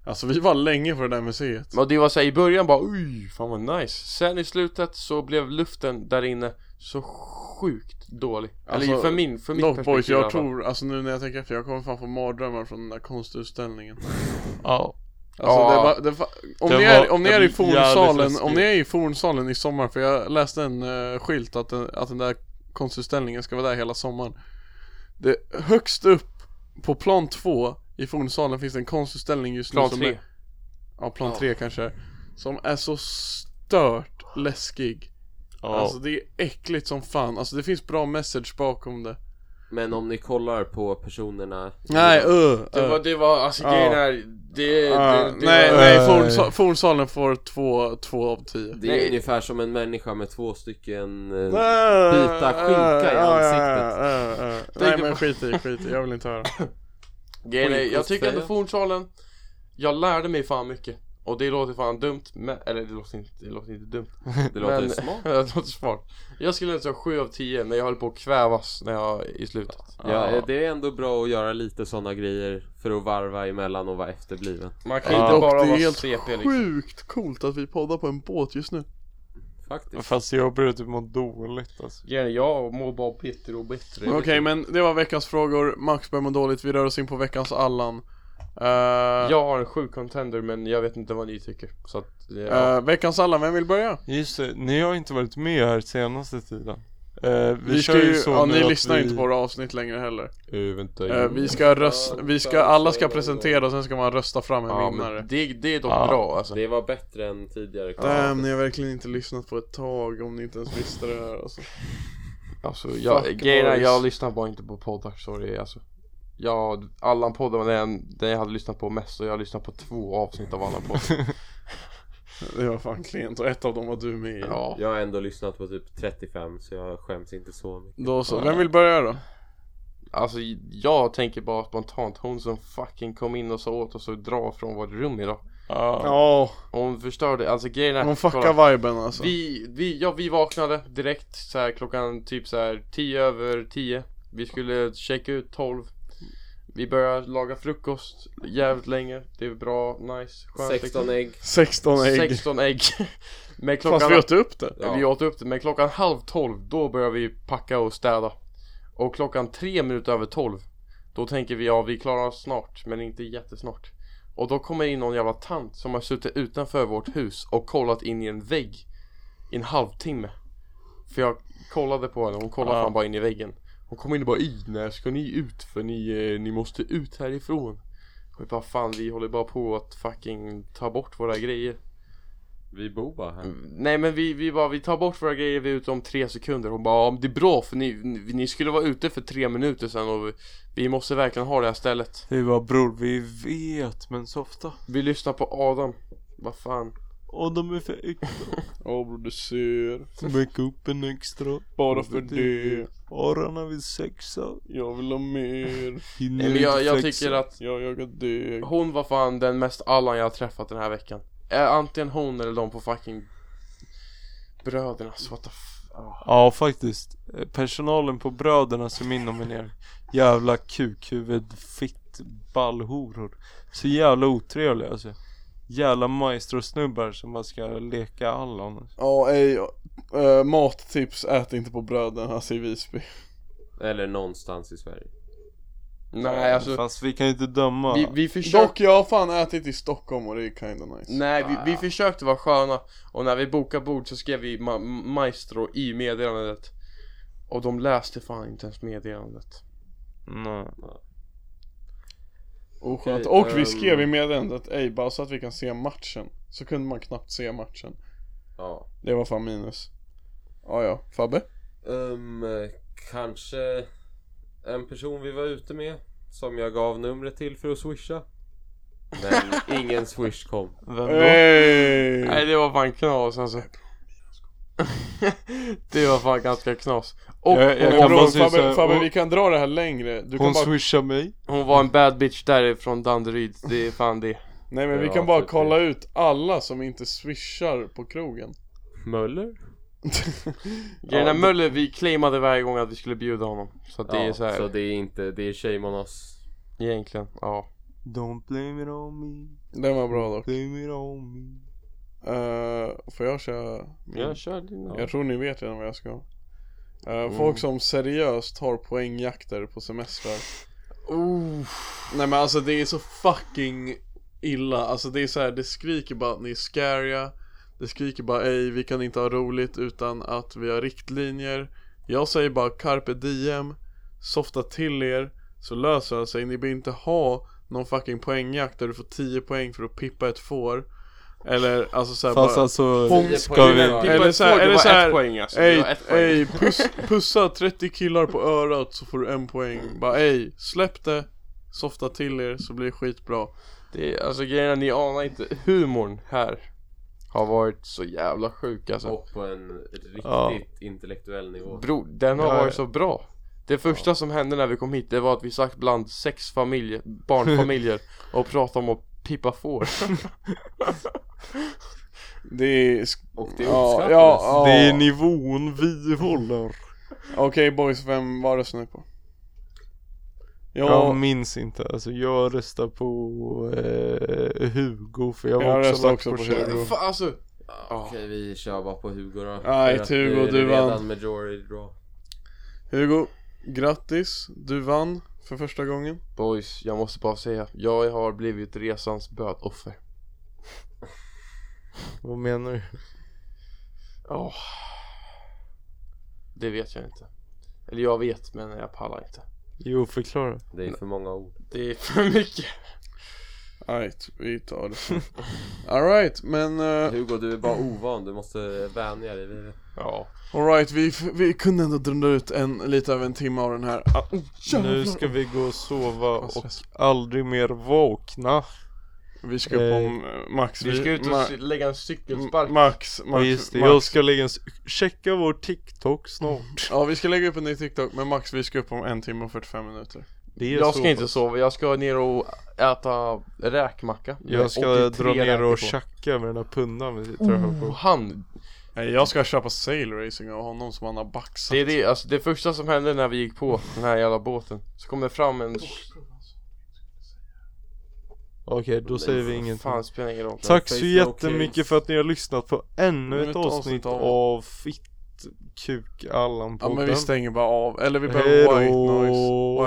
Speaker 1: Alltså vi var länge på det där museet
Speaker 4: Och det var såhär i början bara uj, fan vad nice Sen i slutet så blev luften där inne så sjukt dålig
Speaker 1: Alltså,
Speaker 4: Eller för min, för mitt
Speaker 1: Dock
Speaker 4: perspektiv
Speaker 1: boys,
Speaker 4: i
Speaker 1: jag
Speaker 4: alla fall.
Speaker 1: tror, alltså nu när jag tänker efter, jag kommer fan få mardrömmar från den där konstutställningen
Speaker 2: Ja
Speaker 1: Alltså
Speaker 4: Ja.
Speaker 1: det var, det var, om,
Speaker 2: Den
Speaker 1: ni är,
Speaker 2: var-
Speaker 1: om ni är i
Speaker 2: den var jävligt
Speaker 1: fornsalen,
Speaker 2: läskig.
Speaker 1: om ni är i fornsalen i sommar, för jag läste en eh, skylt att den, att den där konstutställningen ska vara där hela sommaren Det, högst upp på plan två i fornsalen finns det en konstutställning just nu
Speaker 4: Plan
Speaker 1: som
Speaker 4: tre.
Speaker 1: Är, Ja, plan tre kanske Som är så stört läskig
Speaker 2: Ja
Speaker 1: Alltså det är äckligt som fan, alltså det finns bra message bakom det
Speaker 3: Men om ni kollar på personerna.
Speaker 1: Nej, uh,
Speaker 4: Det var, det var, alltså
Speaker 1: Ja.
Speaker 4: grejen är, det, det, det
Speaker 1: Ah, Nej,
Speaker 4: var,
Speaker 1: nej,
Speaker 2: Eh.
Speaker 1: fornsa- fornsalen får två, två av tio
Speaker 3: Det är
Speaker 4: Nej.
Speaker 3: ungefär som en människa med två stycken... eh,
Speaker 1: Bita
Speaker 3: skinka i ansiktet.
Speaker 1: Nej men skit i, skit i, jag vill inte höra
Speaker 4: grejen är, jag tycker ändå
Speaker 3: Skitgodsfeja.
Speaker 4: fornsalen Jag lärde mig fan mycket Och det låter fan dumt, men, eller det låter inte, det låter inte dumt
Speaker 3: Det låter
Speaker 4: men,
Speaker 3: smart.
Speaker 4: det låter smart Jag skulle inte säga 7 av 10 men jag höll på att kvävas när jag, i slutet
Speaker 3: Ja, eh, det är ändå bra att göra lite sådana grejer för att varva emellan och vara efterbliven.
Speaker 4: Man kan
Speaker 2: Ja.
Speaker 4: inte
Speaker 1: Och
Speaker 4: bara
Speaker 1: det är
Speaker 4: vara
Speaker 1: helt
Speaker 4: CP liksom
Speaker 1: Sjukt coolt att vi poddar på en båt just nu
Speaker 3: Faktiskt.
Speaker 2: Fast jag börjar typ må dåligt alltså.
Speaker 4: Gärna jag mår bara bättre och bättre
Speaker 1: Okej men det var veckans frågor, Max börjar må dåligt, vi rör oss in på veckans Allan Eh,
Speaker 4: Jag har en sjuk contender men jag vet inte vad ni tycker Så att, eh, ja.
Speaker 1: eh, Veckans Allan, vem vill börja?
Speaker 2: Just det, ni har inte varit med här senaste tiden. Eh, vi,
Speaker 1: Vi,
Speaker 2: kör
Speaker 1: ska ju,
Speaker 2: ju så
Speaker 1: ja
Speaker 2: nu
Speaker 1: ni
Speaker 2: att
Speaker 1: lyssnar
Speaker 2: vi...
Speaker 1: inte på våra avsnitt längre heller
Speaker 4: Eh, vänta,
Speaker 1: Eh, Vi ska rösta, vi ska, alla ska presentera och sen ska man rösta fram en
Speaker 4: ja,
Speaker 1: vinnare
Speaker 4: men det, det är dock
Speaker 2: Ja.
Speaker 4: bra alltså
Speaker 3: Det var bättre än tidigare.
Speaker 4: Ehm.
Speaker 1: Damn, ni har verkligen inte lyssnat på ett tag om ni inte ens visste det här alltså.
Speaker 4: Alltså jag,
Speaker 1: Fuck
Speaker 4: grejerna,
Speaker 1: boys.
Speaker 4: jag lyssnar bara inte på poddar, sorry alltså Jag, Allan-podden var den, den jag hade lyssnat på mest och jag har lyssnat på två avsnitt av Allan-podden
Speaker 1: Det var fan klent och ett av dem var du med i
Speaker 4: Ja,
Speaker 3: Jag har ändå lyssnat på typ 35 så jag skäms inte så mycket.
Speaker 1: Då så, vem vill börja då?
Speaker 4: alltså jag tänker bara spontant, hon som fucking kom in och sa åt oss att dra från vårt rum idag
Speaker 2: Ja.
Speaker 1: Ja, Äh,
Speaker 4: Hon förstörde, alltså grejerna
Speaker 1: hon fuckar
Speaker 4: kolla.
Speaker 1: viben alltså
Speaker 4: Vi, vi, ja, vi vaknade direkt så här, klockan typ så här 10 över 10 Vi skulle checka ut 12 Vi började laga frukost jävligt länge Det är bra, nice, skönt liksom.
Speaker 3: 16 ägg.
Speaker 1: 16 ägg
Speaker 4: 16 ägg Men klockan,
Speaker 1: Fast vi åt upp det
Speaker 4: ja. vi åt upp det, men klockan halv 12 då börjar vi packa och städa Och klockan tre minuter över 12 Då tänker vi ja vi klarar oss snart men inte jättesnart Och då kommer in någon jävla tant som har suttit utanför vårt hus och kollat in i en vägg I en halvtimme För jag kollade på henne, hon kollade
Speaker 2: Ja.
Speaker 4: fan bara in i väggen Hon kom in och bara i när ska ni ut? För ni, eh, ni måste ut härifrån Och vi bara fan vi håller bara på att fucking ta bort våra grejer
Speaker 3: Vi bor bara här.
Speaker 4: Nej men vi, vi bara, vi tar bort våra grejer, vi är ute om tre sekunder Hon bara, ja, men det är bra för ni, ni, ni skulle vara ute för tre minuter sen och vi, vi måste verkligen ha det här stället
Speaker 2: Vi var bror, vi vet men så ofta.
Speaker 4: Vi lyssnar på Adam Vad fan
Speaker 2: Och de är för äckliga.
Speaker 1: Åh bror du ser,
Speaker 2: Väck upp en extra.
Speaker 1: bara för det
Speaker 2: Ararna vill sexa.
Speaker 1: Jag vill ha mer,
Speaker 2: Hinner
Speaker 4: Nej men jag,
Speaker 2: inte
Speaker 4: jag
Speaker 2: flexa.
Speaker 4: tycker att
Speaker 1: jag jagar deg
Speaker 4: hon var fan den mest Allan jag har träffat den här veckan Eh, Antingen hon eller de på fucking Bröderna, så what the f- ah.
Speaker 2: Ja faktiskt. Eh, Personalen på Bröderna som är nominerad. Jävla kukhuvud, fitt, ballhoror. Så jävla otrevliga alltså. Jävla maestro-snubbar som bara ska leka Allan. alltså.
Speaker 1: Ja, ej, eh, mattips, ät inte på bröden, alltså i Visby
Speaker 3: Eller någonstans i Sverige.
Speaker 4: Nej alltså,
Speaker 2: Fast vi kan ju inte döma.
Speaker 4: vi, vi försökte
Speaker 1: Dock, jag har fan ätit i Stockholm och det är kinda nice
Speaker 4: Nej, vi, vi
Speaker 3: Ah.
Speaker 4: försökte vara sköna och när vi bokade bord så skrev vi ma- maestro i meddelandet Och de läste fan inte ens meddelandet
Speaker 2: Nej.
Speaker 1: Och, skönt.
Speaker 4: eh,
Speaker 3: Okej,
Speaker 1: och vi
Speaker 3: ehm.
Speaker 1: skrev i meddelandet, ej bara så att vi kan se matchen Så kunde man knappt se matchen
Speaker 3: Ja.
Speaker 1: Det var fan minus Ja, ja, Fabbe?
Speaker 3: Ehm, kanske en person vi var ute med som jag gav numret till för att swisha. Men ingen swish kom.
Speaker 2: Vem då?
Speaker 1: Ey!
Speaker 3: Mm.
Speaker 4: Nej det var fan knas alltså Det var fan ganska knas Och
Speaker 2: Jag- jag
Speaker 4: hon,
Speaker 1: Men
Speaker 2: kan
Speaker 1: bror,
Speaker 2: bara säga så
Speaker 1: Fabbe,
Speaker 2: här,
Speaker 1: Fabbe
Speaker 2: hon-
Speaker 1: vi kan dra det här längre Du kan
Speaker 2: Hon
Speaker 1: bara...
Speaker 2: swishar mig.
Speaker 4: hon var en bad bitch därifrån Danderyd, det är fan det
Speaker 1: Nej men vi
Speaker 3: Ja,
Speaker 1: kan bara
Speaker 3: typ
Speaker 1: kolla ut alla som inte swishar på krogen
Speaker 3: Möller?
Speaker 4: Grejen är, Möller, vi claimade varje gång att vi skulle bjuda honom Så att det är så här,
Speaker 3: så det är inte, det är shame on us.
Speaker 4: egentligen, ja
Speaker 2: Don't blame it on me.
Speaker 1: Den var bra dock
Speaker 2: Blame it on me.
Speaker 1: Eh, Får jag köra? min?
Speaker 4: Jag kör din
Speaker 1: Jag tror ni vet redan vad jag ska. Eh, Folk som seriöst har poängjakter på semester. Nej men alltså det är så fucking illa. Alltså det är så här, det skriker bara att ni är scarya. Det skriker bara ej, vi kan inte ha roligt utan att vi har riktlinjer. Jag säger bara carpe diem. Softa till er så löser det sig. Ni behöver inte ha någon fucking poängjakt där du får 10 poäng för att pippa ett får. Eller alltså såhär
Speaker 2: Fast
Speaker 1: bara...
Speaker 2: alltså,
Speaker 1: Hon-
Speaker 2: ska vi...
Speaker 1: Eller
Speaker 4: Eller
Speaker 1: så här-
Speaker 4: såhär,
Speaker 1: eller
Speaker 4: eller
Speaker 1: så här-
Speaker 4: såhär poäng alltså, det
Speaker 1: Ey,
Speaker 4: var ett poäng.
Speaker 1: ey puss, pussa 30 killar på örat så får du en poäng. Bara ey, släpp det, softa till er så blir det skitbra.
Speaker 4: Det är, alltså grejen är, ni anar inte humorn här har varit så jävla sjuk alltså.
Speaker 3: Och på en riktigt
Speaker 2: Ja.
Speaker 3: intellektuell nivå.
Speaker 4: Bro, den har
Speaker 2: Ja, ja.
Speaker 4: varit så bra. Det första som hände när vi kom hit det var att vi satt bland sex familjer, barnfamiljer och pratade om att pippa får.
Speaker 1: Det är...
Speaker 3: Och det
Speaker 1: Ja,
Speaker 3: uppskattas.
Speaker 1: ja,
Speaker 2: Det är
Speaker 1: ja.
Speaker 2: nivån vi håller.
Speaker 1: Ah, Okej boys, vem var det snö på? Jag,
Speaker 2: Jag minns inte, alltså jag röstar på eh, Hugo för jag var
Speaker 1: jag
Speaker 2: också
Speaker 1: röstar
Speaker 2: lack
Speaker 1: också
Speaker 2: på
Speaker 1: på
Speaker 2: Hugo.
Speaker 1: Hugo.
Speaker 4: Fan, alltså,
Speaker 3: Okej, vi kör bara på Hugo då.
Speaker 1: Nej,
Speaker 3: För att
Speaker 1: Hugo,
Speaker 3: nu är det
Speaker 1: du vann.
Speaker 3: redan majority draw.
Speaker 1: Hugo, grattis. Du vann för första gången.
Speaker 4: Boys, jag måste bara säga, jag har blivit resans bötoffer.
Speaker 2: Vad menar du?
Speaker 4: Åh. Det vet jag inte. Eller jag vet, men jag pallar inte.
Speaker 2: Jo, förklara.
Speaker 3: Det är för många ord.
Speaker 4: Det är för mycket.
Speaker 1: Alright, vi tar det sen. Alright, men eh,
Speaker 3: Hugo, du är bara ovan. Du måste vänja dig vid det.
Speaker 4: Ja.
Speaker 1: alright, vi, vi kunde ändå dra ut en, lite över en timme av den här. Ah, oh,
Speaker 2: Nu ska vi gå och sova och aldrig mer vakna.
Speaker 1: Vi ska upp
Speaker 2: Eh,
Speaker 1: om eh, Max.
Speaker 4: Vi ska ut och
Speaker 1: Ma-
Speaker 4: si- lägga en cykelspark.
Speaker 1: M- Max,
Speaker 2: Ja,
Speaker 1: Max,
Speaker 2: just det.
Speaker 1: Max.
Speaker 2: Jag ska lägga en... s- Checka vår TikTok snart.
Speaker 1: Ja, vi ska lägga upp en ny TikTok, men Max, vi ska upp om en timme och 45 minuter.
Speaker 2: Det är
Speaker 4: jag
Speaker 2: så
Speaker 4: ska inte
Speaker 2: pass.
Speaker 4: sova, jag ska ner och äta räkmacka.
Speaker 2: Jag ska
Speaker 4: 83
Speaker 2: dra ner
Speaker 4: räkor.
Speaker 2: och tjacka med den här pundan vi sitter och hör
Speaker 4: Och
Speaker 2: på.
Speaker 4: Han,
Speaker 1: Nej, jag ska köpa sailracing av honom som han har baxat.
Speaker 4: det är det, alltså det första som hände när vi gick på den här jävla båten. Så kom det fram en...
Speaker 2: Okej, då säger vi ingenting.
Speaker 4: Fan, spelar ingen roll.
Speaker 2: Tack
Speaker 3: Face
Speaker 2: så
Speaker 3: no
Speaker 2: jättemycket
Speaker 3: case.
Speaker 2: för att ni har lyssnat på ännu ett
Speaker 1: Ett
Speaker 2: avsnitt
Speaker 1: avsnitt av-
Speaker 2: av Fitt Kuk Allan
Speaker 1: Ja, men
Speaker 2: podden
Speaker 1: vi stänger bara av. Eller vi behöver
Speaker 2: Hej
Speaker 1: white noise.
Speaker 2: då!